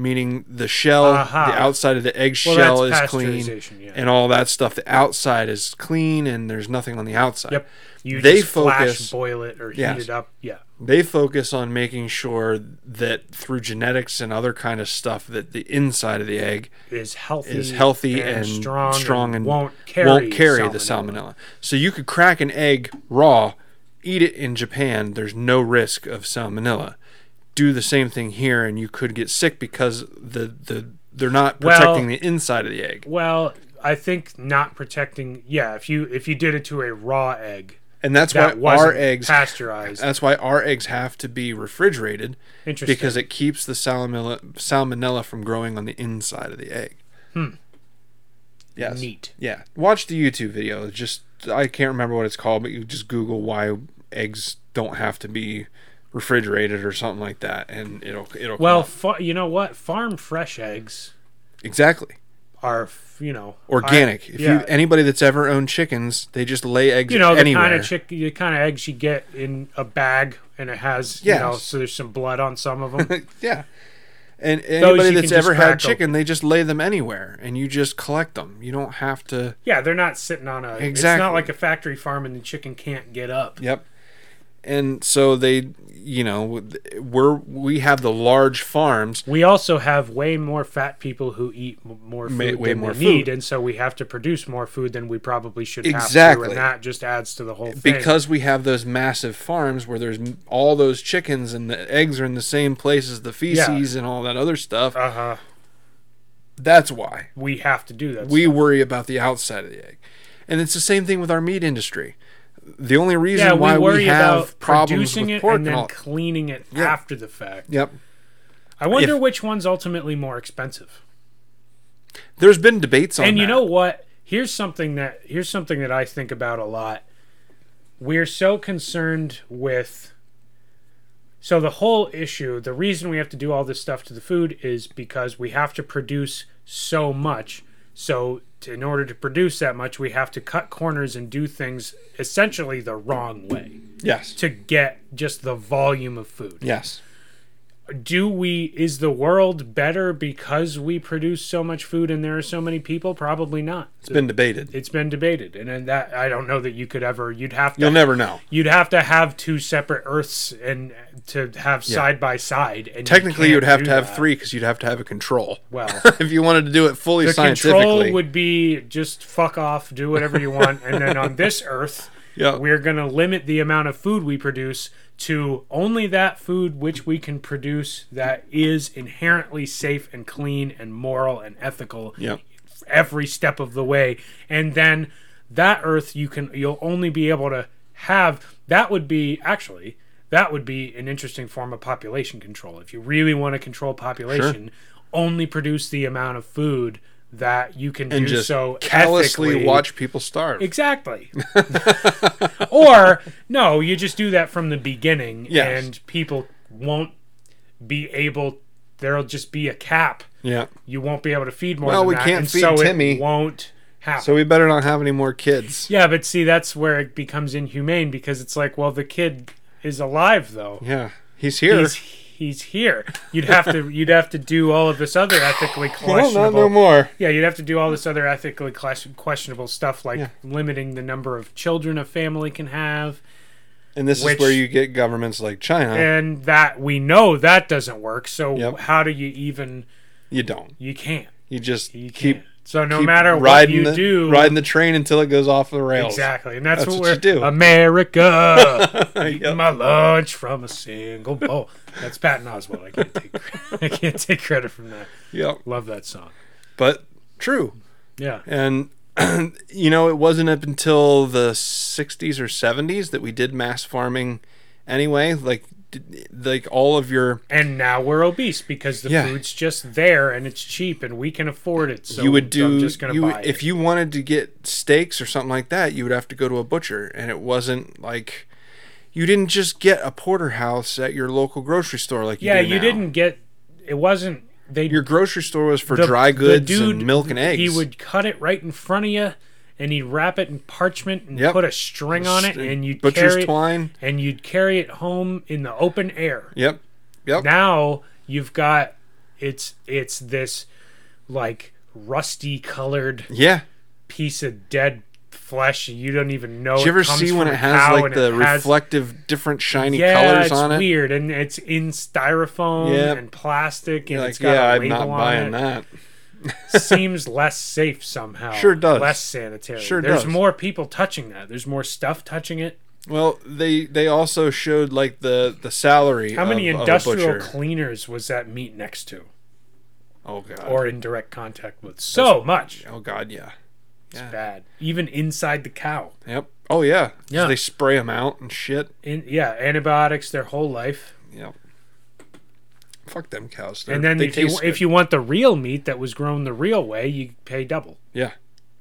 S1: meaning the shell,
S2: Aha.
S1: the outside of the
S2: Well,
S1: eggshell
S2: that's
S1: is clean,
S2: pasteurization. Yeah.
S1: and all that stuff. The outside is clean, and there's nothing on the outside.
S2: Yep. You
S1: They
S2: just flash
S1: focus-
S2: boil it or heat
S1: Yes.
S2: it up. Yeah.
S1: They focus on making sure that through genetics and other kind of stuff that the inside of the egg
S2: Is healthy.
S1: is healthy and,
S2: strong.
S1: strong
S2: and
S1: and
S2: won't carry.
S1: won't carry the
S2: salmonella.
S1: salmonella. So you could crack an egg raw, eat it in Japan. There's no risk of salmonella. Do the same thing here, and you could get sick because the the they're not
S2: Well-
S1: protecting the inside of the egg,
S2: Well, I think not protecting. Yeah, if you if you did it to a raw egg
S1: and that's
S2: that
S1: why
S2: wasn't
S1: our eggs. uh,
S2: pasteurized.
S1: That's why our eggs have to be refrigerated
S2: Interesting.
S1: because it keeps the salmonella salmonella from growing on the inside of the egg. Hmm. Yes.
S2: Neat.
S1: Yeah, watch the YouTube video. It's Just I can't remember what it's called, but you just Google why eggs don't have to be refrigerated or something like that, and it'll it'll come
S2: Well,
S1: up.
S2: fa- you know what? Farm fresh eggs
S1: exactly
S2: are f- you know
S1: organic.
S2: are-
S1: if
S2: yeah.
S1: you anybody that's ever owned chickens, they just lay eggs
S2: you know the
S1: anywhere.
S2: kind of chick the kind of eggs you get in a bag and it has you know
S1: Yes.
S2: so there's some blood on some of them.
S1: yeah. And
S2: you
S1: anybody
S2: can
S1: that's
S2: just
S1: ever
S2: crack
S1: had chicken, they just lay them anywhere, and you just collect them. You don't have to.
S2: yeah, they're not sitting on a. It's
S1: Exactly.
S2: not like a factory farm and the chicken can't get up.
S1: Yep. And so they, you know, we're we have the large farms.
S2: We also have way more fat people who eat m- more food
S1: Ma- way
S2: than
S1: more
S2: we need,
S1: food.
S2: and so we have to produce more food than we probably should have to,
S1: Exactly.
S2: and that just adds to the whole thing.
S1: because we have those massive farms where there's m- all those chickens and the eggs are in the same place as the feces and all that other stuff.
S2: uh huh,
S1: That's why
S2: we have to do that.
S1: we worry about the outside of the egg, and it's the same thing with our meat industry. The only reason
S2: yeah,
S1: why
S2: we
S1: we,
S2: worry
S1: have
S2: about
S1: problems
S2: producing
S1: with
S2: it
S1: pork
S2: and then
S1: all-
S2: cleaning it
S1: Yeah.
S2: after the fact.
S1: yep,
S2: I wonder
S1: If-
S2: which one's ultimately more expensive.
S1: there's been debates on.
S2: and you
S1: that.
S2: know what? Here's something that here's something that I think about a lot. We're so concerned with so the whole issue, the reason we have to do all this stuff to the food is because we have to produce so much. So to, in order to produce that much, we have to cut corners and do things essentially the wrong way
S1: yes,
S2: to get just the volume of food
S1: yes,
S2: do we is the world better because we produce so much food and there are so many people probably not
S1: it's been debated.
S2: it's been debated and, and that i don't know that you could ever you'd have to
S1: You'll never know.
S2: you'd have to have two separate earths and to have side by side and you
S1: Technically,
S2: can't
S1: you would have
S2: do
S1: to have
S2: that.
S1: three because you'd have to have a control.
S2: well
S1: if you wanted to do it fully
S2: the
S1: scientifically,
S2: control would be just fuck off do whatever you want and then on this earth
S1: yeah,
S2: we're going to limit the amount of food we produce to only that food which we can produce that is inherently safe and clean and moral and ethical
S1: yeah,
S2: every step of the way and then that earth you can you'll only be able to have that would be actually that would be an interesting form of population control if you really want to control population only produce the amount of food that you can
S1: and
S2: do
S1: just
S2: so
S1: callously
S2: ethically.
S1: watch people starve.
S2: Exactly. or no, you just do that from the beginning,
S1: Yes.
S2: and people won't be able. There'll just be a cap.
S1: Yeah.
S2: You won't be able to feed more.
S1: Well,
S2: than
S1: we
S2: that,
S1: can't
S2: and
S1: feed
S2: so
S1: Timmy.
S2: It won't happen.
S1: So we better not have any more kids.
S2: yeah, but see, that's where it becomes inhumane because it's like, well, the kid is alive though.
S1: Yeah. He's here.
S2: He's he's here. You'd have to you'd have to do all of this other ethically
S1: well,
S2: questionable.
S1: not no more.
S2: Yeah, you'd have to do all this other ethically class- questionable stuff like limiting the number of children a family can have.
S1: And this
S2: Which-
S1: is where you get governments like China.
S2: And that we know that doesn't work. So
S1: Uh-huh. Yep.
S2: how do you even
S1: You don't.
S2: you can't.
S1: You just
S2: You
S1: keep,
S2: can't. So no
S1: keep
S2: matter what
S1: riding
S2: you
S1: the,
S2: do
S1: riding the train until it goes off the rails.
S2: Exactly. And that's,
S1: That's
S2: what,
S1: what
S2: we're
S1: you do.
S2: America. eating
S1: Yep.
S2: my lunch from a single bowl. That's Patton Oswald. I can't take I can't take credit from that.
S1: Yep.
S2: Love that song.
S1: But true.
S2: Yeah.
S1: And you know, it wasn't up until the 60s or 70s that we did mass farming anyway, like d- like all of your
S2: And now we're obese because the
S1: Yeah.
S2: food's just there and it's cheap and we can afford it. So
S1: you would do
S2: I'm just gonna
S1: you,
S2: buy
S1: if
S2: it.
S1: you wanted to get steaks or something like that you would have to go to a butcher and it wasn't like you didn't just get a porterhouse at your local grocery store like you
S2: yeah,
S1: do
S2: you
S1: now.
S2: didn't get. It wasn't they.
S1: your grocery store was for
S2: the-
S1: dry
S2: the
S1: goods
S2: dude,
S1: and milk and eggs
S2: He would cut it right in front of you, and he'd wrap it in parchment and
S1: Yep.
S2: put a string on it, and you'd
S1: butcher's
S2: carry it,
S1: twine
S2: and you'd carry it home in the open air.
S1: yep yep
S2: Now you've got It's it's this like rusty colored
S1: Yeah.
S2: piece of dead flesh you don't even know.
S1: Did you ever
S2: Oh, comes
S1: see when
S2: from
S1: it
S2: a cow
S1: has like
S2: and
S1: the
S2: it has-
S1: reflective, different shiny
S2: yeah,
S1: colors
S2: it's
S1: on it?
S2: weird, and it's in styrofoam
S1: Yep.
S2: and plastic, and
S1: You're
S2: it's
S1: like,
S2: got
S1: yeah,
S2: a
S1: I'm
S2: label
S1: not
S2: on
S1: buying
S2: it.
S1: that.
S2: seems less safe somehow.
S1: Sure does.
S2: Less sanitary.
S1: Sure
S2: There's
S1: does.
S2: more people touching that. There's more stuff touching it.
S1: Well, they they also showed like the the salary.
S2: How many
S1: of- of a
S2: industrial
S1: butcher.
S2: cleaners was that meat next to,
S1: oh god.
S2: or in direct contact with? So much.
S1: oh god, yeah. Yeah.
S2: It's bad. Even inside the cow.
S1: Yep. Oh yeah. 'Cause
S2: Yeah.
S1: They spray them out and shit.
S2: In yeah, antibiotics their whole life.
S1: Yep. Fuck them cows.
S2: and
S1: They're-
S2: then
S1: they
S2: if you
S1: taste good.
S2: if you want the real meat that was grown the real way, you pay double.
S1: yeah.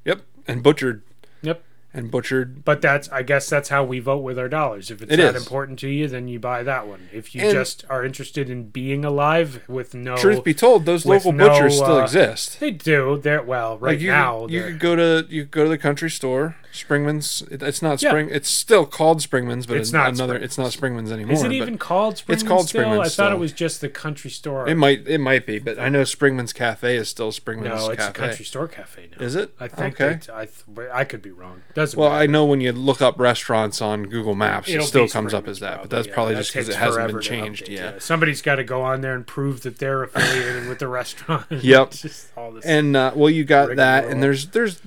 S1: Yep. And butchered.
S2: Yep.
S1: And butchered.
S2: But that's I guess that's how we vote with our dollars. If it's
S1: It
S2: that
S1: is.
S2: important to you, then you buy that one. If you
S1: And-
S2: just are interested in being alive with no
S1: Truth be told, those
S2: with
S1: local
S2: no,
S1: butchers still
S2: uh,
S1: exist.
S2: They do. They're well right
S1: Like you,
S2: now.
S1: could- you
S2: they're-
S1: could go to you could go to the country store, Springman's. It, it's not
S2: Yeah.
S1: Spring. It's still called Springman's, but
S2: It's
S1: it's
S2: not
S1: not another.
S2: Spring-
S1: It's not Springman's anymore.
S2: is it
S1: but
S2: even called Springman?
S1: it's called
S2: still?
S1: Springman
S2: I thought it
S1: still.
S2: was just the country store.
S1: It might it might be, but I know Springman's Cafe is still
S2: no,
S1: Springman's
S2: it's
S1: Cafe.
S2: a country store cafe now.
S1: Is it?
S2: I think.
S1: Okay.
S2: that- I th- I could be wrong. Doesn't
S1: Well,
S2: matter.
S1: I know when you look up restaurants on Google Maps,
S2: It'll
S1: it still
S2: be
S1: comes up
S2: Springman's
S1: as that, but that's probably just
S2: That
S1: because it
S2: takes
S1: hasn't
S2: forever
S1: been
S2: to
S1: changed
S2: update,
S1: yet.
S2: Somebody's got to go on there and prove that they're affiliated with the restaurant.
S1: Yep.
S2: It's just all this.
S1: And uh, well, you got that,
S2: Rigmarole.
S1: and there's there's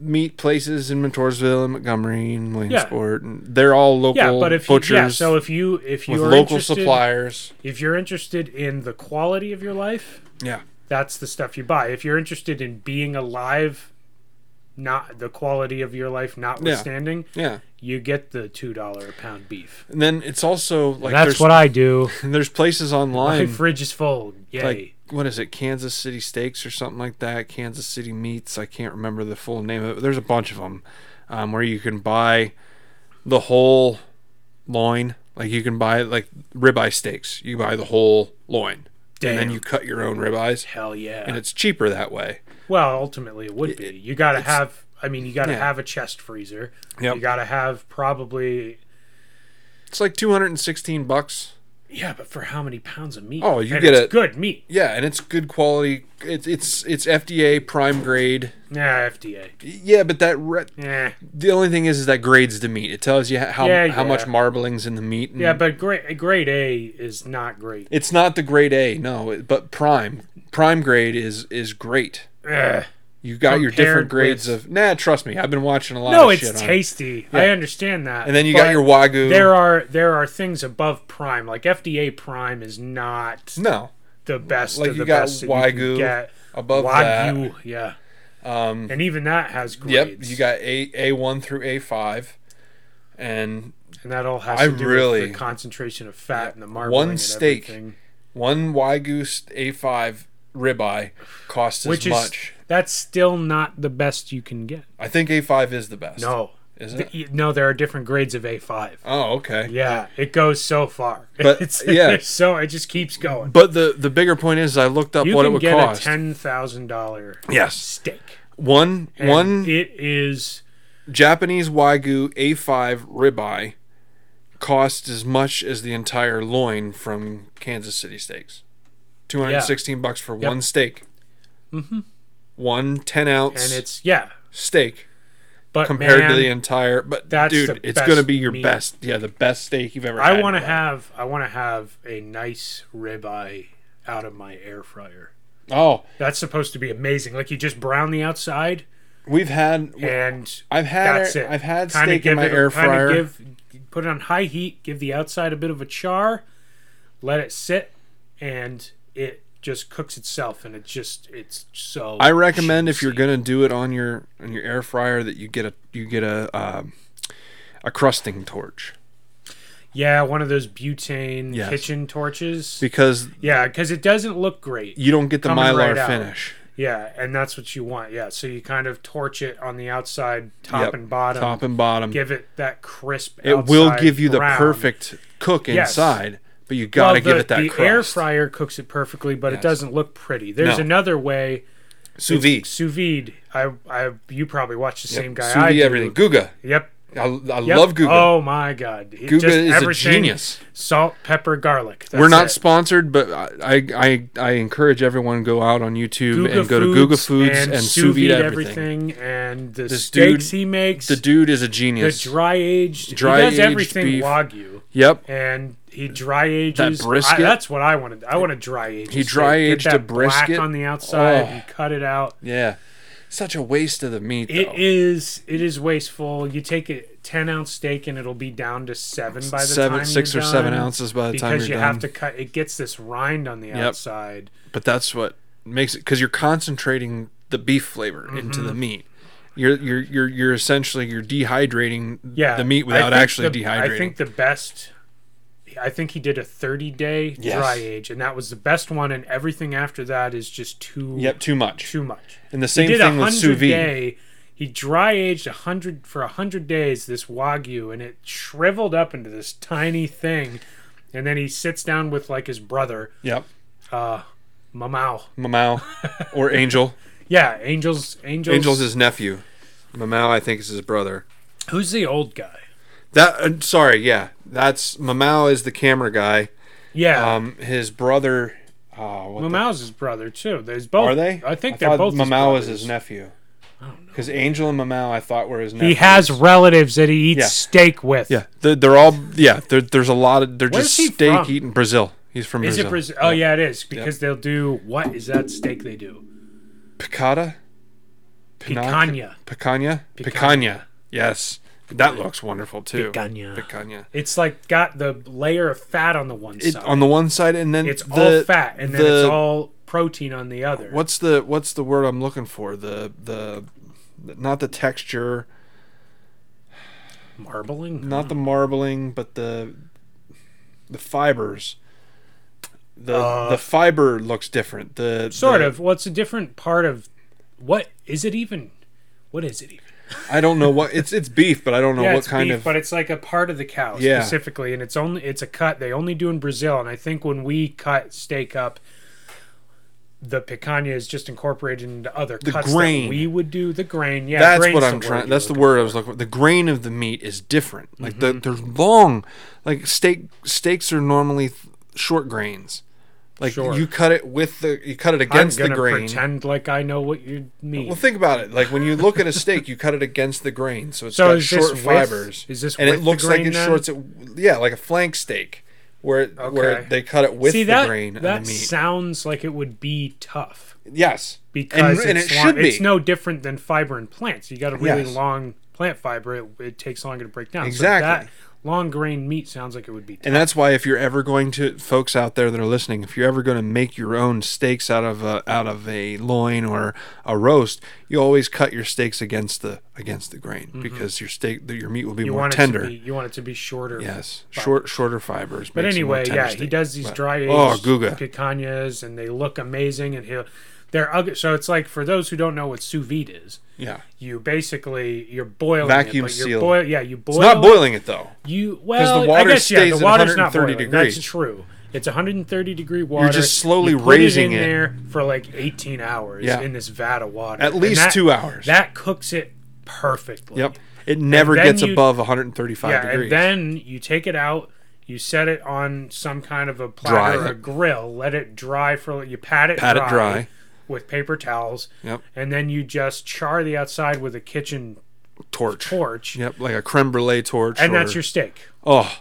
S1: meat places in Montoursville and Montgomery and
S2: Yeah.
S1: Williamsport, and they're all local
S2: yeah, but if
S1: butchers
S2: you, yeah, so if you if
S1: with
S2: you are
S1: local
S2: interested,
S1: suppliers.
S2: if you're interested in the quality of your life,
S1: Yeah,
S2: that's the stuff you buy. If you're interested in being alive, not the quality of your life notwithstanding,
S1: yeah.
S2: you get the two dollar a pound beef.
S1: And then it's also like
S2: that's
S1: there's
S2: what I do.
S1: there's places
S2: My
S1: online
S2: fridge is full. Yay.
S1: like what is it kansas city steaks or something like that kansas city meats i can't remember the full name of it but there's a bunch of them um, where you can buy the whole loin like you can buy like ribeye steaks you buy the whole loin and then
S2: Damn.
S1: you cut your own ribeyes
S2: Hell yeah.
S1: and it's cheaper that way
S2: well, ultimately it would be. You got to have I mean, you got to
S1: yeah.
S2: have a chest freezer.
S1: Yep.
S2: You got to have probably
S1: it's like 216 bucks
S2: yeah, but for how many pounds of meat?
S1: Oh, you
S2: And
S1: get
S2: it's
S1: it.
S2: good meat.
S1: yeah and it's good quality it's it's it's fda prime grade
S2: Nah, FDA.
S1: yeah but that re-
S2: Yeah.
S1: the only thing is is that grades the meat it tells you how
S2: Yeah,
S1: how much
S2: yeah.
S1: marbling's in the meat and
S2: Yeah, but grade grade A is not great.
S1: It's not the grade A, no, it- but prime. Prime grade is is great.
S2: Ugh.
S1: You got your
S2: Compared
S1: different grades
S2: with-
S1: of nah. Trust me, I've been watching a lot.
S2: No,
S1: of
S2: it's
S1: shit on it.
S2: tasty.
S1: Yeah.
S2: I understand that.
S1: And then you
S2: but
S1: got your wagyu.
S2: there are there are things above prime like FDA prime is not
S1: no
S2: the best
S1: Like,
S2: of
S1: you
S2: the
S1: got
S2: best that you
S1: Wagyu,
S2: can get.
S1: above
S2: Wagyu, yeah.
S1: that. Um,
S2: And even that has grades.
S1: yep, you got A A one through A five, and
S2: and that all has
S1: I
S2: to do with
S1: really-
S2: the concentration of fat and the marbling.
S1: One
S2: and
S1: steak
S2: everything,
S1: one wagyu A five ribeye costs as
S2: which is
S1: much.
S2: that's still not the best you can get.
S1: I think A five is the best.
S2: No,
S1: is
S2: Th-
S1: it?
S2: y- no, there are different grades of A five.
S1: Oh, okay.
S2: Yeah, it goes so far.
S1: But,
S2: it's,
S1: yeah.
S2: so it just keeps going.
S1: But the the bigger point is, I looked up
S2: You
S1: what
S2: can
S1: it would
S2: get
S1: cost.
S2: a ten thousand dollar
S1: yes,
S2: steak.
S1: one
S2: and
S1: one
S2: it is
S1: Japanese Wagyu A5 ribeye costs as much as the entire loin from Kansas City Steaks. 216 bucks for one steak. Mm-hmm. One 10 ounce
S2: and it's yeah.
S1: steak
S2: But
S1: compared
S2: man,
S1: to the entire. But
S2: that's the
S1: dude, it's
S2: best
S1: going to be your
S2: meat.
S1: best. Yeah, the best steak you've ever had.
S2: I
S1: in
S2: want to
S1: your
S2: have I want to have a nice ribeye out of my air fryer.
S1: life. Oh,
S2: That's supposed to be amazing. Like you just brown the outside
S1: we've had.
S2: and
S1: I've had.
S2: that's it.
S1: I've had
S2: Kinda
S1: steak
S2: give
S1: in my
S2: it-
S1: air
S2: kinda
S1: fryer.
S2: Give, put it on high heat, give the outside a bit of a char, let it sit, and it just cooks itself. And it just it's so.
S1: I recommend if you're
S2: juicy.
S1: gonna do it on your on your air fryer that you get a you get a um, a crusting torch
S2: yeah, one of those butane
S1: Yes.
S2: kitchen torches.
S1: because
S2: yeah, because it doesn't look great.
S1: you don't get the
S2: Coming
S1: mylar
S2: right out.
S1: finish.
S2: Yeah, and that's what you want. Yeah, so you kind of torch it on the outside, top
S1: Yep,
S2: and bottom.
S1: top and bottom.
S2: give it that crisp.
S1: it will
S2: outside
S1: give you the
S2: brown.
S1: perfect cook
S2: Yes.
S1: inside, but you gotta
S2: Well,
S1: give
S2: the-
S1: it that
S2: The
S1: crust.
S2: air fryer cooks it perfectly, but it
S1: Yes.
S2: doesn't look pretty. There's
S1: No.
S2: another way.
S1: sous vide,
S2: Sous vide. I, I, you probably watch the same guy.
S1: sous
S2: I
S1: vide
S2: do.
S1: everything, Guga.
S2: Yep.
S1: I, I
S2: Yep.
S1: love Google.
S2: Oh my god, He-
S1: Guga
S2: just
S1: is a
S2: everything,
S1: genius.
S2: Salt, pepper, garlic. That's
S1: We're not
S2: it.
S1: sponsored, but I, I I I encourage everyone to go out on YouTube
S2: Guga
S1: and go to Google Foods and, sous vide everything.
S2: and the
S1: This
S2: steaks
S1: dude-
S2: he makes,
S1: The dude is a
S2: the
S1: genius.
S2: dry aged,
S1: Dry
S2: he does
S1: aged
S2: everything
S1: beef.
S2: wagyu,
S1: yep.
S2: and he dry ages I-
S1: brisket.
S2: that's what I wanted. I want to dry age.
S1: He dry aged a brisket.
S2: black on the outside
S1: Oh.
S2: and cut it out.
S1: Yeah. Such a waste of the meat.
S2: It
S1: though.
S2: is it is wasteful. You take a ten ounce steak and it'll be down to seven by the
S1: seven,
S2: time
S1: six or
S2: you're
S1: seven
S2: done
S1: ounces by the
S2: because
S1: time you're
S2: you
S1: done.
S2: have to cut. It gets this rind on the outside.
S1: but that's what makes it because you're concentrating the beef flavor into the meat. You're you're you're you're essentially you're dehydrating
S2: Yeah,
S1: the meat
S2: I
S1: without
S2: think
S1: actually
S2: the-
S1: dehydrating.
S2: I think the best. I think he did a 30 day
S1: Yes.
S2: dry age, and that was the best one. And everything after that is just too
S1: yep, too much.
S2: too much.
S1: And the
S2: He
S1: same
S2: did a
S1: thing with sous
S2: hundred
S1: vide.
S2: day. He dry aged a hundred for a hundred days this wagyu, and it shriveled up into this tiny thing. And then he sits down with like his brother,
S1: Yep,
S2: uh, Mamau.
S1: Mamau or Angel.
S2: Yeah, Angels, Angels.
S1: Angel's his nephew. Mamau, I think, is his brother.
S2: who's the old guy?
S1: That uh, sorry, yeah, that's Mamau is the camera guy.
S2: Yeah,
S1: Um, his brother. Oh, what the-
S2: Mamau's his brother too. There's both.
S1: are they?
S2: I think
S1: thought
S2: they're both.
S1: Mamau
S2: his
S1: is
S2: brothers.
S1: his nephew. Because Angel and Mamau, I thought were his.
S2: He
S1: nephews.
S2: has relatives that he eats
S1: Yeah.
S2: steak with.
S1: Yeah, they're, they're all yeah. They're, there's a lot of they're
S2: Where's
S1: just
S2: he
S1: steak
S2: from?
S1: eating Brazil. He's from
S2: Is
S1: Brazil.
S2: it Brazil? Oh yeah, it is because they'll do what is that steak they do?
S1: Picada,
S2: Picanha.
S1: picanha, picanha. Yes, that looks wonderful too.
S2: Picanha.
S1: Picanha.
S2: It's like got the layer of fat on the one
S1: It,
S2: side.
S1: on the one side, and then
S2: it's
S1: the-
S2: all fat, and then
S1: the-
S2: it's all protein on the other.
S1: What's the what's the word I'm looking for? The the not the texture,
S2: marbling?
S1: not the marbling, but the the fibers. The
S2: Uh,
S1: the fiber looks different. The
S2: Sort
S1: the-
S2: of. What's a different part of what is it even? What is it even?
S1: I don't know what it's it's beef, but I don't know
S2: yeah,
S1: what
S2: it's
S1: kind
S2: beef,
S1: of
S2: but it's like a part of the cow
S1: Yeah.
S2: specifically, and it's only it's a cut they only do in Brazil. And I think when we cut steak up, the picanha is just incorporated into other
S1: The
S2: cuts
S1: grain.
S2: that we would do. The grain, yeah,
S1: that's
S2: grain's
S1: what
S2: the
S1: I'm
S2: word
S1: trying.
S2: you're
S1: That's the
S2: looking
S1: word I was looking for. The grain of the meat is different. Like
S2: Mm-hmm.
S1: the, they're long. Like steak steaks are normally th- short grains. Like
S2: Sure.
S1: you cut it with the you cut it
S2: for. I'm
S1: against the
S2: gonna
S1: grain.
S2: Pretend like I know what you mean.
S1: Well, think about it. Like when you look at a steak, you cut it against the grain, so it's
S2: So
S1: got
S2: is this
S1: short
S2: with-
S1: fibers.
S2: is this
S1: and
S2: with
S1: it
S2: the
S1: looks
S2: grain
S1: like it
S2: then?
S1: shorts it. Yeah, like a flank steak, where it where
S2: Okay.
S1: they cut it with
S2: See
S1: the
S2: that
S1: grain and
S2: that
S1: the meat.
S2: sounds like it would be tough
S1: Yes,
S2: because
S1: and
S2: it's
S1: it
S2: long-
S1: should be.
S2: It's no different than fiber in plants. You got a really
S1: Yes.
S2: long plant fiber; it, it takes longer to break down. So
S1: Exactly.
S2: that long grain meat sounds like it would be tough.
S1: And that's why, if you're ever going to, folks out there that are listening, if you're ever going to make your own steaks out of a, out of a loin or a roast, you always cut your steaks against the against the grain because your steak, the, your meat will be
S2: Mm-hmm. you
S1: more
S2: want
S1: tender.
S2: It to be, you want it to be shorter.
S1: yes, short shorter fibers.
S2: But
S1: makes a more
S2: anyway,
S1: tender
S2: yeah, he
S1: steak.
S2: does these
S1: But-
S2: dry aged
S1: Oh, Guga.
S2: picanhas, and they look amazing. And he'll they're ugly. So it's like for those who don't know what sous vide is,
S1: Yeah,
S2: you basically you're boiling
S1: Vacuum
S2: it, but
S1: seal.
S2: You're boil, yeah, you boil.
S1: it's not boiling it though.
S2: You
S1: the
S2: well,
S1: water
S2: I guess yeah,
S1: stays
S2: the
S1: at
S2: water's not
S1: 130
S2: boiling.
S1: degrees.
S2: That's true. It's 130 degree water.
S1: just slowly
S2: You put it
S1: raising
S2: in
S1: it.
S2: there for like 18 hours
S1: Yeah.
S2: in this vat of water.
S1: At
S2: And
S1: least
S2: that-
S1: two hours.
S2: That cooks it perfectly.
S1: Yep, it never
S2: then
S1: gets
S2: you-
S1: above 135
S2: Yeah,
S1: degrees.
S2: and then you take it out. You set it on some kind of a platter
S1: Dry
S2: or
S1: it.
S2: a grill. Let it dry for you pat it
S1: Pat it
S2: dry
S1: dry.
S2: with paper towels.
S1: Yep.
S2: And then you just char the outside with a kitchen
S1: torch.
S2: torch,
S1: Yep, like a creme brulee torch.
S2: and that's
S1: or-
S2: your steak.
S1: oh,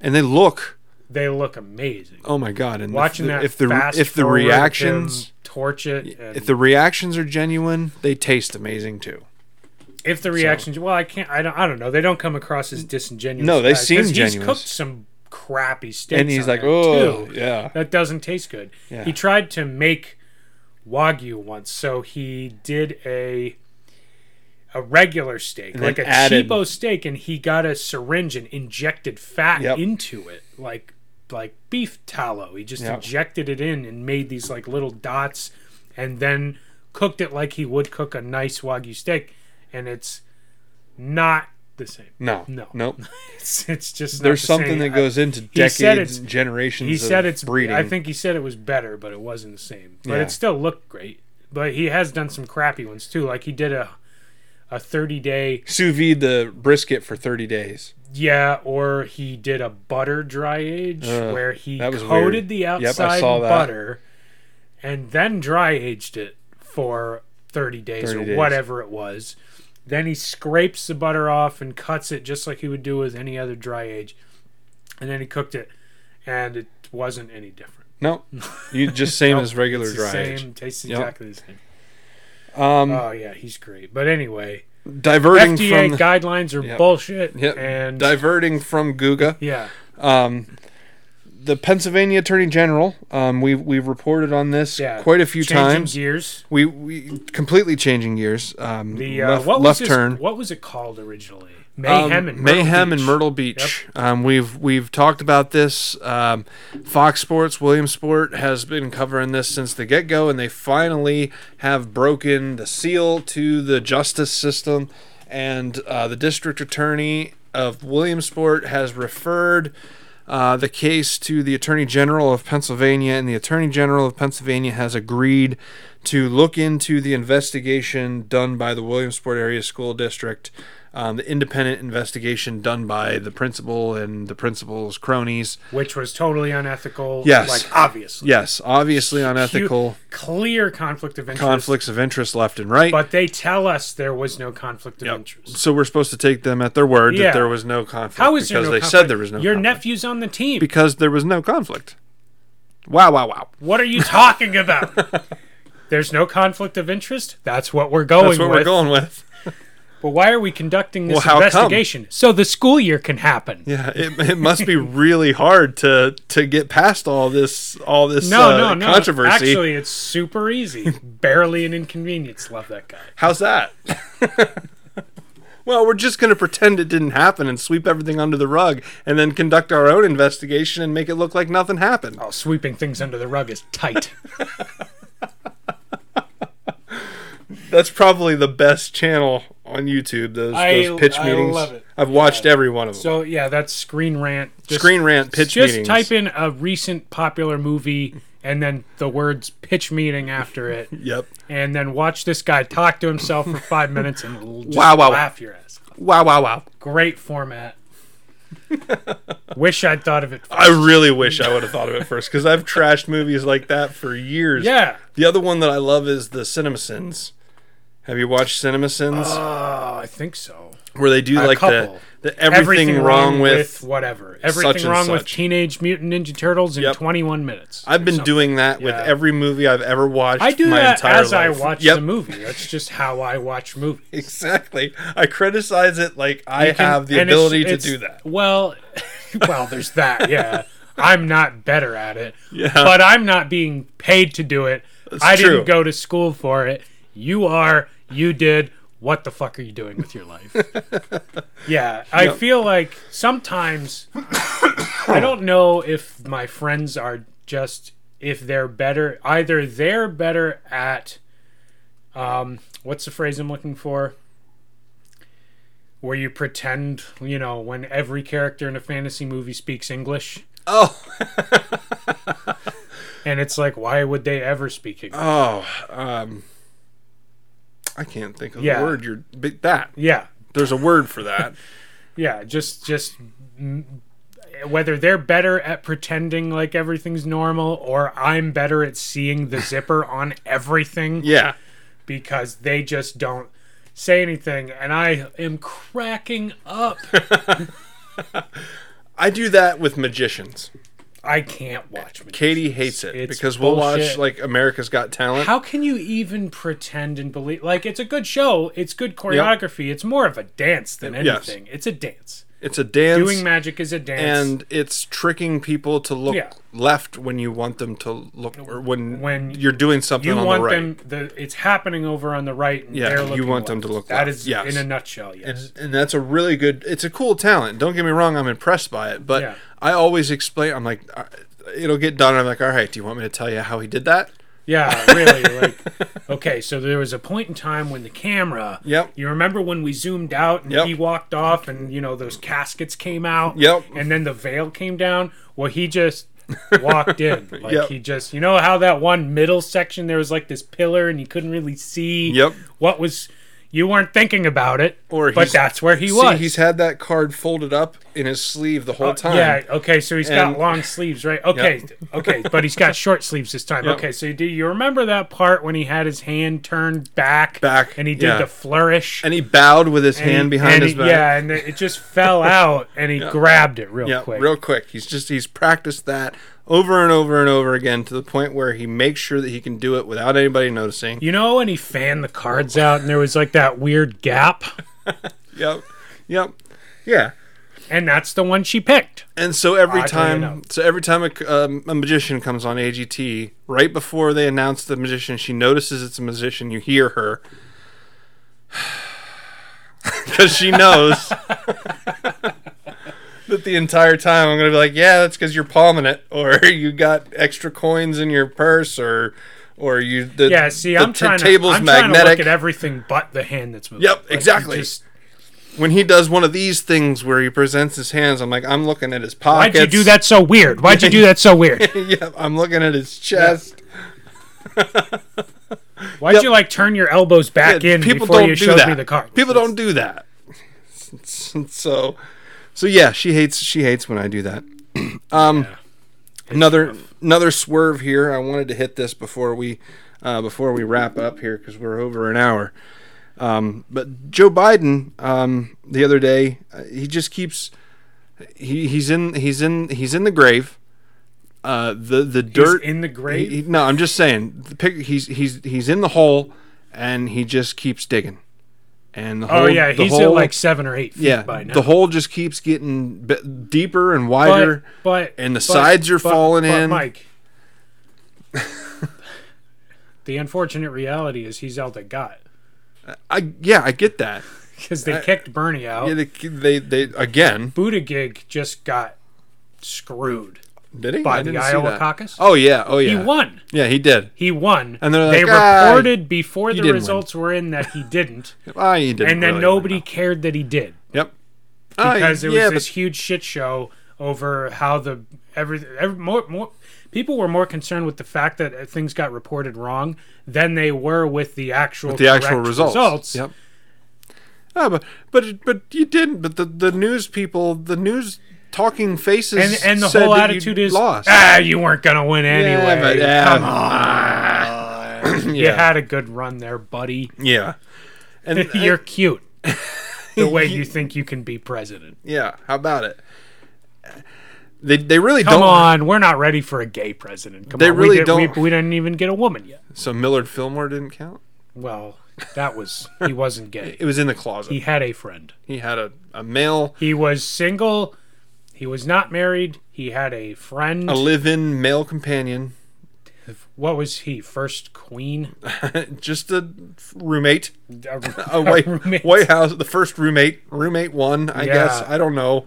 S1: and they look.
S2: They look amazing.
S1: Oh my god! And if the,
S2: watching that
S1: if the
S2: fast
S1: if the
S2: forward,
S1: reactions
S2: him torch it and
S1: if the reactions are genuine, they taste amazing too.
S2: if the reactions well i can't i don't i don't know they don't come across as disingenuous
S1: No, they
S2: guys, 'cause
S1: seem
S2: he's
S1: genuine.
S2: cooked some crappy steaks
S1: And he's
S2: on
S1: like,
S2: there,
S1: "Oh,
S2: too.
S1: yeah."
S2: that doesn't taste good
S1: Yeah.
S2: he tried to make wagyu once so he did a a regular steak
S1: And
S2: like
S1: then
S2: a
S1: added-
S2: cheapo steak and he got a syringe and injected fat
S1: Yep.
S2: into it like like beef tallow he just
S1: Yep.
S2: injected it in and made these like little dots and then cooked it like he would cook a nice wagyu steak and it's not the same
S1: No,
S2: No.
S1: nope.
S2: it's, it's just not
S1: There's
S2: the
S1: something
S2: same.
S1: that goes into
S2: he said
S1: decades,
S2: it's-
S1: and generations.
S2: he said
S1: of
S2: it's
S1: breeding.
S2: i think he said it was better but it wasn't the same but
S1: Yeah.
S2: it still looked great but he has done some crappy ones too like he did a a 30 day
S1: Sous vide the brisket for 30 days.
S2: yeah or he did a butter dry age
S1: Ugh,
S2: where he
S1: Uh, that was
S2: coated
S1: weird.
S2: the
S1: Yep, I
S2: outside
S1: saw
S2: in
S1: that.
S2: butter and then dry aged it for 30 days
S1: 30
S2: or
S1: days.
S2: whatever it was then he scrapes the butter off and cuts it just like he would do with any other dry age and then he cooked it and it wasn't any different
S1: No, you just same
S2: Nope,
S1: as regular
S2: it's
S1: dry
S2: the
S1: age.
S2: same tastes
S1: Yep.
S2: exactly the same
S1: Um,
S2: oh yeah he's great but anyway
S1: diverting
S2: FDA
S1: from
S2: guidelines are
S1: Yep.
S2: bullshit
S1: Yep.
S2: and
S1: diverting from Guga.
S2: yeah
S1: Um, the Pennsylvania Attorney General. Um, we've we've reported on this
S2: Yeah,
S1: quite a few
S2: changing
S1: times.
S2: gears
S1: we we completely changing gears. Um,
S2: the uh,
S1: left,
S2: what was
S1: left
S2: this-
S1: turn.
S2: what was it called originally
S1: Um,
S2: mayhem and
S1: Mayhem
S2: Beach.
S1: and Myrtle Beach. Um, we've we've talked about this. Um, Fox Sports, Williamsport has been covering this since the get go, and they finally have broken the seal to the justice system. And uh, the district attorney of Williamsport has referred uh, the case to the Attorney General of Pennsylvania, and the Attorney General of Pennsylvania has agreed to look into the investigation done by the Williamsport Area School District, um, the independent investigation done by the principal and the principal's cronies.
S2: which was totally unethical
S1: Yes.
S2: like obviously
S1: Yes, obviously unethical
S2: Hu- clear conflict of interest
S1: conflicts of interest left and right.
S2: but they tell us there was no conflict of interest
S1: so we're supposed to take them at their word
S2: Yeah.
S1: that there was no conflict
S2: how is
S1: because
S2: there no
S1: they
S2: conflict?
S1: said there was no
S2: your
S1: conflict
S2: nephew's on the team
S1: because there was no conflict. Wow, wow, wow.
S2: What are you talking about? There's no conflict of interest. That's what we're going
S1: That's what
S2: with.
S1: we're going with.
S2: But why are we conducting this
S1: Well, how come?
S2: investigation? So the school year can happen.
S1: Yeah, it, it must be really hard to to get past all this all this
S2: No,
S1: uh,
S2: no, no.
S1: controversy.
S2: Actually, it's super easy. Barely an inconvenience. Love that guy.
S1: How's that? well, we're just going to pretend it didn't happen and sweep everything under the rug and then conduct our own investigation and make it look like nothing happened.
S2: Oh, sweeping things under the rug is tight.
S1: That's probably the best channel on YouTube, those,
S2: I-
S1: those pitch
S2: I
S1: meetings.
S2: love it.
S1: I've watched every one of them.
S2: so yeah, that's Screen Rant. Just,
S1: Screen rant pitch
S2: Just
S1: meetings.
S2: type in a recent popular movie and then the words pitch meeting after it,
S1: Yep.
S2: and then watch this guy talk to himself for five minutes and it'll just
S1: Wow, wow, wow.
S2: laugh your ass. off.
S1: Wow, wow, wow.
S2: great format. Wish I'd thought of it.
S1: I really wish I would have thought of it first because I've trashed movies like that for years.
S2: Yeah.
S1: The other one that I love is the CinemaSins. Have you watched CinemaSins? uh,
S2: Oh, I think so.
S1: where they do like the,
S2: couple.
S1: the everything, wrong, with.
S2: whatever. Everything
S1: and
S2: wrong with
S1: such.
S2: Teenage Mutant Ninja Turtles in
S1: Yep.
S2: 21 minutes.
S1: I've been
S2: Something.
S1: doing that with
S2: Yeah.
S1: every movie I've ever watched.
S2: I do
S1: my
S2: that
S1: entire
S2: as
S1: life.
S2: I watch
S1: Yep,
S2: the movie. That's just how I watch movies.
S1: exactly. I criticize it like I have the
S2: And it's-
S1: ability
S2: it's-
S1: to do that.
S2: Well, well, there's that. Yeah, I'm not better at it.
S1: Yeah.
S2: but I'm not being paid to do it. I
S1: true.
S2: didn't go to school for it. You are. You did. What the fuck are you doing with your life? yeah, I feel like sometimes I don't know if my friends are just if they're better. Either they're better at um, what's the phrase I'm looking for? Where you pretend, you know, when every character in a fantasy movie speaks English.
S1: Oh,
S2: And it's like, why would they ever speak English?
S1: oh, um, I can't think of
S2: Yeah.
S1: the word. You're but that.
S2: yeah,
S1: There's a word for that.
S2: yeah. Just, just mm, whether they're better at pretending like everything's normal, or I'm better at seeing the zipper on everything
S1: yeah.
S2: because they just don't say anything, and I am cracking up.
S1: I do that with magicians.
S2: I can't watch. Magicians.
S1: Katie hates it
S2: It's
S1: because we'll watch
S2: bullshit.
S1: like America's Got Talent.
S2: How can you even pretend and believe? Like, it's a good show. It's good choreography. It's more of a dance than
S1: Yes.
S2: anything. It's a dance.
S1: it's a dance.
S2: Doing magic is a dance.
S1: and it's tricking people to look
S2: Yeah.
S1: left when you want them to look or when
S2: When
S1: you're doing something
S2: You
S1: on
S2: want
S1: the right.
S2: them. The it's happening over on the right. And
S1: Yeah,
S2: they're
S1: you
S2: looking
S1: want them
S2: left.
S1: to look
S2: That
S1: left,
S2: is
S1: yes.
S2: in a nutshell. Yes.
S1: and, and that's a really good it's a cool talent don't get me wrong i'm impressed by it but
S2: Yeah.
S1: i always explain i'm like uh, it'll get done i'm like all right do you want me to tell you how he did that
S2: yeah, really. Like, okay, so there was a point in time when the camera.
S1: Yep.
S2: You remember when we zoomed out and
S1: Yep.
S2: he walked off, and you know those caskets came out.
S1: Yep.
S2: And then the veil came down. Well, he just walked in. Like
S1: Yep.
S2: he just, you know how that one middle section there was like this pillar, and you couldn't really see
S1: Yep.
S2: what was. You weren't thinking about it,
S1: Or
S2: but
S1: he's-
S2: that's where he
S1: See,
S2: was.
S1: he's had that card folded up in his sleeve the whole
S2: Oh,
S1: time.
S2: Yeah. Okay. So he's
S1: And-
S2: got long sleeves, right? Okay. Okay. But he's got short sleeves this time.
S1: Yeah.
S2: Okay. So do you remember that part when he had his hand turned back?
S1: Back,
S2: And he did
S1: yeah.
S2: the flourish.
S1: And he bowed with his
S2: and he-
S1: hand behind
S2: and
S1: his
S2: he-
S1: back.
S2: Yeah, and it just fell out, and he grabbed it real
S1: Yeah,
S2: quick.
S1: real quick. He's just he's practiced that over and over and over again to the point where he makes sure that he can do it without anybody noticing.
S2: you know when he fanned the cards out, and there was like that weird gap,
S1: Yep. Yep. Yeah.
S2: and that's the one she picked.
S1: And so every
S2: Oddly
S1: time,
S2: enough.
S1: so every time a, c- um, a magician comes on AGT, right before they announce the magician, she notices it's a magician. You hear her because she knows that the entire time I'm going to be like, "Yeah, that's because you're palming it, or you got extra coins in your purse, or or you the
S2: Yeah. See,
S1: the
S2: I'm
S1: t-
S2: trying. To,
S1: table's
S2: I'm trying to
S1: magnetic."
S2: look at everything but the hand that's moving.
S1: Yep,
S2: Like, you
S1: exactly.
S2: just-
S1: when he does one of these things where he presents his hands, I'm like, I'm looking at his
S2: why'd
S1: pockets.
S2: you do that so weird? Why'd you do that so weird?
S1: yep, I'm looking at his chest.
S2: Why'd
S1: Yep.
S2: you like turn your elbows back
S1: Yeah,
S2: in before you showed me the card?
S1: People don't do that. So, so yeah, she hates she hates when I do that. Um, another another swerve here. I wanted to hit this before we uh, before we wrap up here because we're over an hour. Um, but Joe Biden um, the other day, uh, he just keeps he, he's in he's in he's in the grave. Uh, the the dirt
S2: in the grave?
S1: he- he- no, I'm just saying. The pic, he's he's he's in the hole, and he just keeps digging. And the
S2: Oh
S1: hole,
S2: yeah,
S1: the
S2: he's
S1: hole,
S2: at like seven or eight feet
S1: yeah,
S2: by now.
S1: the hole just keeps getting b- deeper and
S2: but,
S1: wider.
S2: but
S1: and the
S2: but-
S1: sides are
S2: but-
S1: falling
S2: but,
S1: in.
S2: Mike, the unfortunate reality is he's all they got
S1: I yeah, I get that.
S2: because they kicked Bernie out.
S1: Yeah, they, they they again
S2: Buddha gig just got screwed
S1: did he? I
S2: by the
S1: didn't see
S2: Iowa
S1: that.
S2: caucus.
S1: Oh yeah, oh yeah,
S2: He won.
S1: Yeah, he did.
S2: He won.
S1: And they're
S2: they
S1: like, "Ah,
S2: reported before the
S1: didn't win."
S2: results were in that he didn't,
S1: Ah, he did.
S2: and then nobody cared that he did.
S1: Yep. Ah,
S2: because it was
S1: yeah,
S2: this huge shit show over how the every, every more, more people were more concerned with the fact that uh, things got reported wrong than they were with the actual
S1: but the actual
S2: correct
S1: results. Yep. Ah, but but but you didn't. But the the news people, the news talking faces,
S2: And and the
S1: said
S2: whole
S1: that you
S2: attitude is
S1: lost.
S2: ah, you weren't gonna win anyway.
S1: Yeah, but, yeah.
S2: Come on, you
S1: yeah.
S2: had a good run there, buddy.
S1: Yeah. And
S2: You're cute. the way you think you can be president.
S1: yeah, how about it? They they really
S2: Come
S1: don't.
S2: on, we're not ready for a gay president. Come
S1: They
S2: on,
S1: really
S2: we, did,
S1: don't-
S2: We, we didn't even get a woman yet.
S1: So Millard Fillmore didn't count.
S2: Well, that was he wasn't gay.
S1: It was in the closet. He,
S2: He had a friend.
S1: had a, a male,
S2: He was single. He was not married. He had a friend.
S1: a live-in male companion,
S2: what was he? First queen?
S1: just a roommate,
S2: A,
S1: a white
S2: roommate.
S1: White House, the first roommate, roommate one, I
S2: Yeah.
S1: guess. I don't know.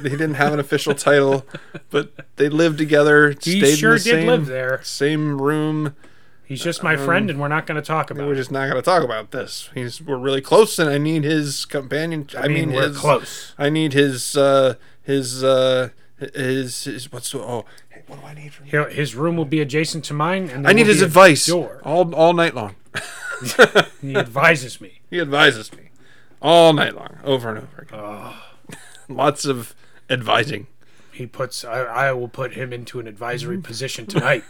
S1: They didn't have an official title, but they lived together.
S2: He
S1: stayed
S2: sure
S1: in the
S2: did
S1: same, Um,
S2: live there.
S1: Same room.
S2: He's just my friend, and we're not going to talk about
S1: We're
S2: it.
S1: just not going to talk about this. He's we're really close, and I need his companion. I,
S2: I mean, we're
S1: his,
S2: close.
S1: I need his uh his uh his, his what's the, oh hey, what do I need from you?
S2: He'll- His room will be adjacent to mine,
S1: I
S2: and there
S1: need
S2: will
S1: his
S2: be a
S1: advice
S2: Door.
S1: all all night long.
S2: He advises me.
S1: He advises me all night long, over and over again. Lots of advising.
S2: He puts. I, I will put him into an advisory
S1: Mm-hmm.
S2: position tonight.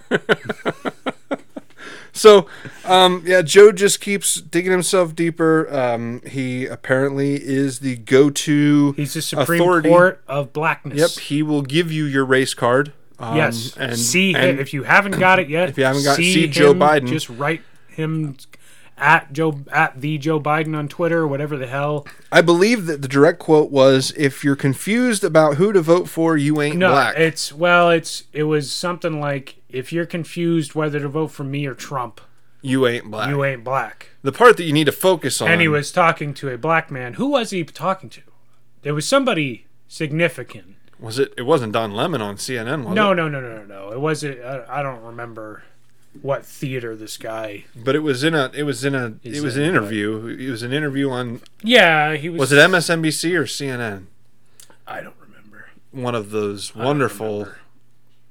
S1: So, um, yeah, Joe just keeps digging himself deeper. Um, he apparently is the go-to.
S2: He's the Supreme
S1: Authority.
S2: Court of
S1: yep,
S2: Blackness.
S1: he will give you your race card. Um,
S2: yes.
S1: and
S2: see
S1: and
S2: him, if you haven't got it yet.
S1: If you haven't got- see Joe
S2: him,
S1: Biden.
S2: Just write him at Joe at the Joe Biden on Twitter or whatever the hell.
S1: I believe that the direct quote was, "If you're confused about who to vote for, you ain't
S2: No,
S1: black."
S2: it's well, it's it was something like if you're confused whether to vote for me or Trump,
S1: you ain't black.
S2: you ain't black.
S1: the part that you need to focus on.
S2: And he was talking to a black man. Who was he talking to? There was somebody significant.
S1: was it? It wasn't Don Lemon on CNN, was
S2: No,
S1: it?
S2: no, no, no, no, no. It wasn't. I, I don't remember what theater this guy.
S1: But it was in a. It was in a. it was
S2: it-
S1: an interview. It was an interview on.
S2: Yeah, he was.
S1: Was it MSNBC or CNN?
S2: I don't remember.
S1: One of those wonderful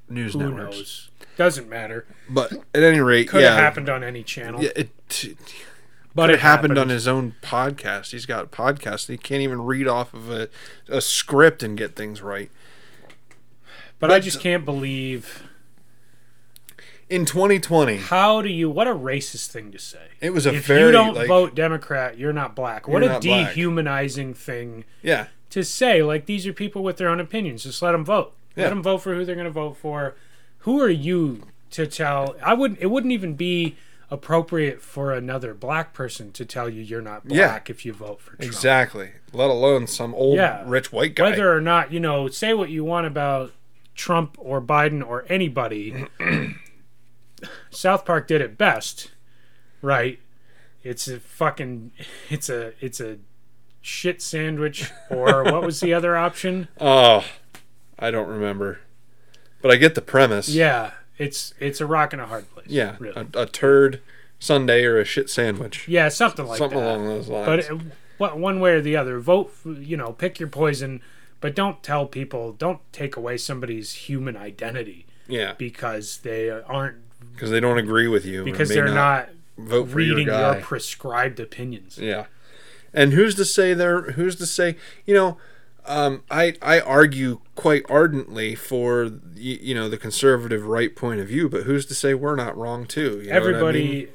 S1: news
S2: Who
S1: networks.
S2: knows? Doesn't matter.
S1: But at any rate,
S2: Could
S1: yeah,
S2: have happened on any channel.
S1: yeah, it- t- But it happened on
S2: happens.
S1: his own podcast. He's got podcasts. He can't even read off of a, a script and get things right.
S2: But I just can't believe.
S1: In 2020,
S2: How do you? What a racist thing to say.
S1: it was a
S2: if
S1: very
S2: you don't
S1: like
S2: vote Democrat, you're not black. What
S1: You're
S2: a
S1: not black.
S2: dehumanizing thing
S1: yeah,
S2: to say. Like these are people with their own opinions. Just let them vote. Let
S1: Yeah.
S2: them vote for who they're going to vote for. Who are you to tell? I wouldn't. It wouldn't even be appropriate for another black person to tell you you're not
S1: Yeah.
S2: black if you vote for Trump.
S1: exactly. Let alone some old
S2: Yeah.
S1: rich white guy.
S2: Whether or not you know, say what you want about Trump or Biden or anybody. South Park did it best, right? It's a fucking. It's a. It's a. Shit sandwich, or what was the other option?
S1: oh, I don't remember, but I get the premise.
S2: Yeah, it's it's a rock and a hard place.
S1: yeah,
S2: really.
S1: a, a turd Sunday or a shit sandwich,
S2: yeah, something like
S1: something
S2: that.
S1: along those lines.
S2: but it, what, one way or the other, vote. f- You know, pick your poison, but don't tell people. Don't take away somebody's human identity
S1: yeah,
S2: because they aren't
S1: because they don't agree with you. or
S2: because
S1: may
S2: they're not,
S1: vote for your
S2: reading your,
S1: guy.
S2: prescribed opinions.
S1: Yeah. And who's to say there? Who's to say? You know, um, I I argue quite ardently for y- you know the conservative right point of view, but who's to say we're not wrong too? You know what I
S2: everybody,
S1: mean?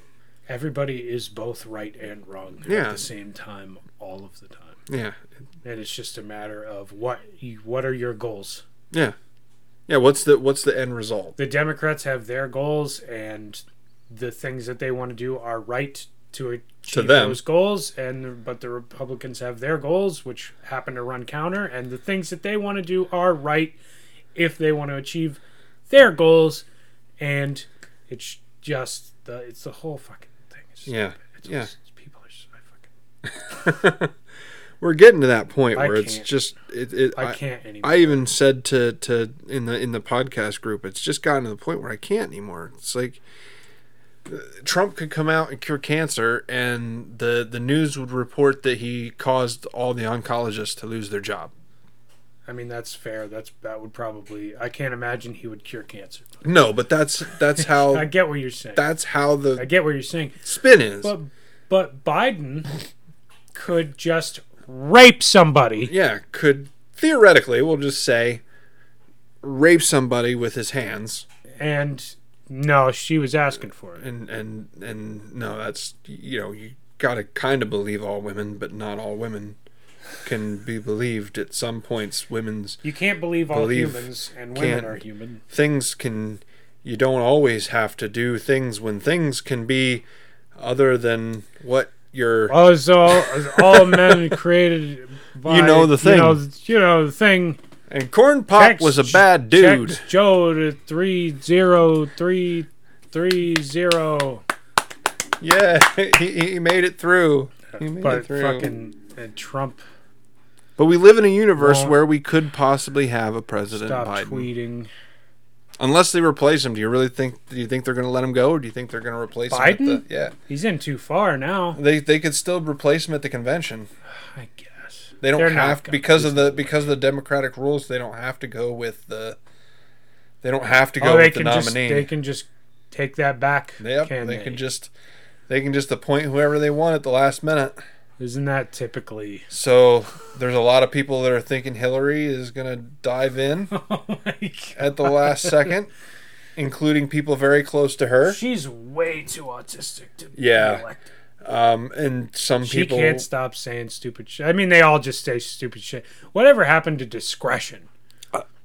S2: everybody is both right and wrong
S1: Yeah.
S2: at the same time, all of the time,
S1: Yeah.
S2: and it's just a matter of what you, what are your goals.
S1: Yeah. Yeah. What's the What's the end result?
S2: the Democrats have their goals and the things that they want to do are right to achieve
S1: them.
S2: those goals and but the Republicans have their goals which happen to run counter and the things that they want to do are right if they want to achieve their goals and it's just the it's the whole fucking thing it's just,
S1: Yeah.
S2: it's
S1: Yeah.
S2: just- people are just, I fucking
S1: We're getting to that point
S2: I
S1: where it's
S2: can't.
S1: just it. it
S2: I,
S1: I,
S2: can't anymore
S1: I even said to to in the in the podcast group, it's just gotten to the point where I can't anymore. It's like uh, Trump could come out and cure cancer, and the the news would report that he caused all the oncologists to lose their job.
S2: I mean that's fair that's that would probably I can't imagine he would cure cancer
S1: No, but that's that's
S2: I
S1: how
S2: get what you're saying
S1: that's how
S2: I
S1: the
S2: get what you're saying
S1: spin is.
S2: But but Biden could just rape somebody.
S1: yeah, could theoretically, we'll just say, rape somebody with his hands,
S2: And no, she was asking for it.
S1: and and and no, that's you know you gotta kind of believe all women, but not all women can be believed. At some points, women's
S2: You can't believe all
S1: Believe
S2: humans, and women
S1: can't-
S2: are human.
S1: things can you don't always have to do things when things can be other than what you're
S2: Also, all men created by
S1: You know the thing.
S2: You know, you know the thing.
S1: and corn pop
S2: Text-
S1: was a bad dude
S2: Text Joe to three zero three three zero.
S1: yeah he, he made it through he made
S2: But
S1: it through
S2: fucking uh, Trump
S1: but we live in a universe
S2: Won't
S1: where we could possibly have a president
S2: stop
S1: biden
S2: tweeting.
S1: unless they replace him do you really think do you think they're going to let him go or do you think they're going to replace him
S2: Biden?
S1: at the, yeah
S2: He's in too far now.
S1: they they could still replace him at the convention
S2: I guess.
S1: they don't
S2: They're not
S1: have
S2: gonna.
S1: because of the because of the democratic rules they don't have to go with the they don't have to go
S2: oh, they
S1: with the
S2: can
S1: nominee
S2: just they can just take that back.
S1: Yep,
S2: can
S1: they,
S2: they,
S1: can just they can just appoint whoever they want at the last minute.
S2: Isn't that typically?
S1: So there's a lot of people that are thinking Hillary is going to dive in
S2: Oh my
S1: at the last second, including people very close to her.
S2: She's way too autistic to be
S1: Yeah,
S2: elected.
S1: Um, and some
S2: She
S1: people
S2: can't stop saying stupid shit. I mean, they all just say stupid shit. Whatever happened to discretion?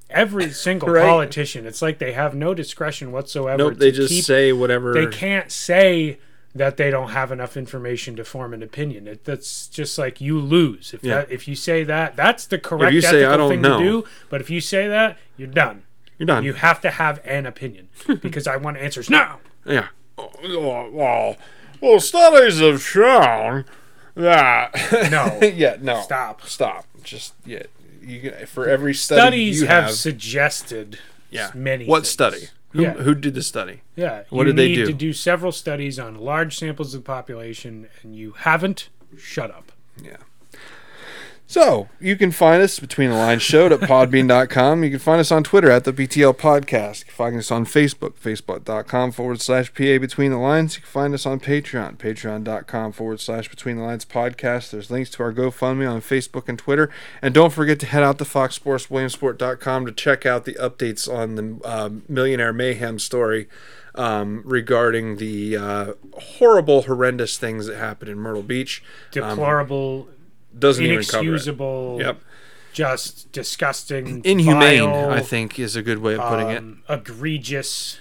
S2: Every single
S1: Uh, Right.
S2: politician, it's like they have no discretion whatsoever.
S1: nope,
S2: to
S1: they just
S2: keep-
S1: say whatever.
S2: they can't say that they don't have enough information to form an opinion. It, that's just like you lose if
S1: Yeah.
S2: that, if you say that. That's the correct
S1: you
S2: ethical
S1: say, "I don't
S2: thing
S1: know."
S2: to do. But if you say that, you're done.
S1: You're done.
S2: You have to have an opinion because I want answers now.
S1: yeah. Oh, oh, well, well, studies have shown that.
S2: No.
S1: yeah. No.
S2: Stop.
S1: Stop. Just yeah. You can- for every study
S2: Studies
S1: you
S2: have,
S1: have
S2: suggested
S1: yeah.
S2: many.
S1: What
S2: things.
S1: study? Who,
S2: Yeah.
S1: who did the study?
S2: Yeah.
S1: What
S2: you
S1: did they
S2: need
S1: do?
S2: to do several studies on large samples of the population, and you haven't. Shut up.
S1: Yeah. So you can find us between the lines showed at podbean.com. You can find us on Twitter at the BTL Podcast. You can find us on Facebook, facebook.com forward slash PA Between the Lines. You can find us on Patreon, patreon.com forward slash Between the Lines Podcast. There's links to our GoFundMe on Facebook and Twitter. And don't forget to head out to foxsportswilliamsport.com to check out the updates on the um Millionaire Mayhem story um, regarding the uh, horrible, horrendous things that happened in Myrtle Beach.
S2: Deplorable,
S1: Doesn't even cover it.
S2: inexcusable,
S1: Yep.
S2: just disgusting,
S1: Inhumane,
S2: vile,
S1: I think, is a good way of putting it.
S2: um, egregious,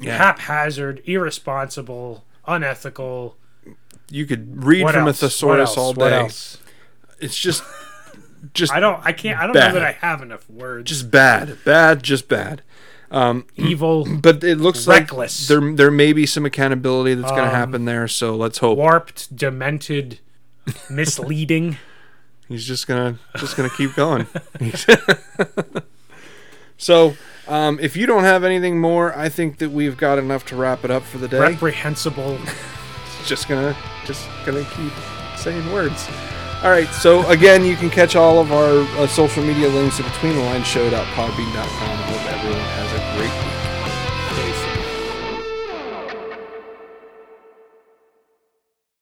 S1: Yeah.
S2: haphazard, irresponsible, unethical.
S1: You could read
S2: What
S1: from
S2: else?
S1: a thesaurus
S2: What else?
S1: all
S2: What
S1: day.
S2: else?
S1: It's just, just,
S2: I don't. I can't. I don't
S1: Bad.
S2: know that I have enough words.
S1: just bad, bad, just bad. Um,
S2: evil,
S1: But it looks
S2: Reckless. Um,
S1: like there there may be some accountability that's going to happen there. So let's hope
S2: warped, demented, misleading.
S1: he's just gonna just gonna keep going. so. Um, if you don't have anything more, I think that we've got enough to wrap it up for the day.
S2: reprehensible.
S1: just gonna just gonna keep saying words all right so again you can catch all of our uh, social media links at between the lines show.podbean.com i hope everyone has a great week
S2: Dave.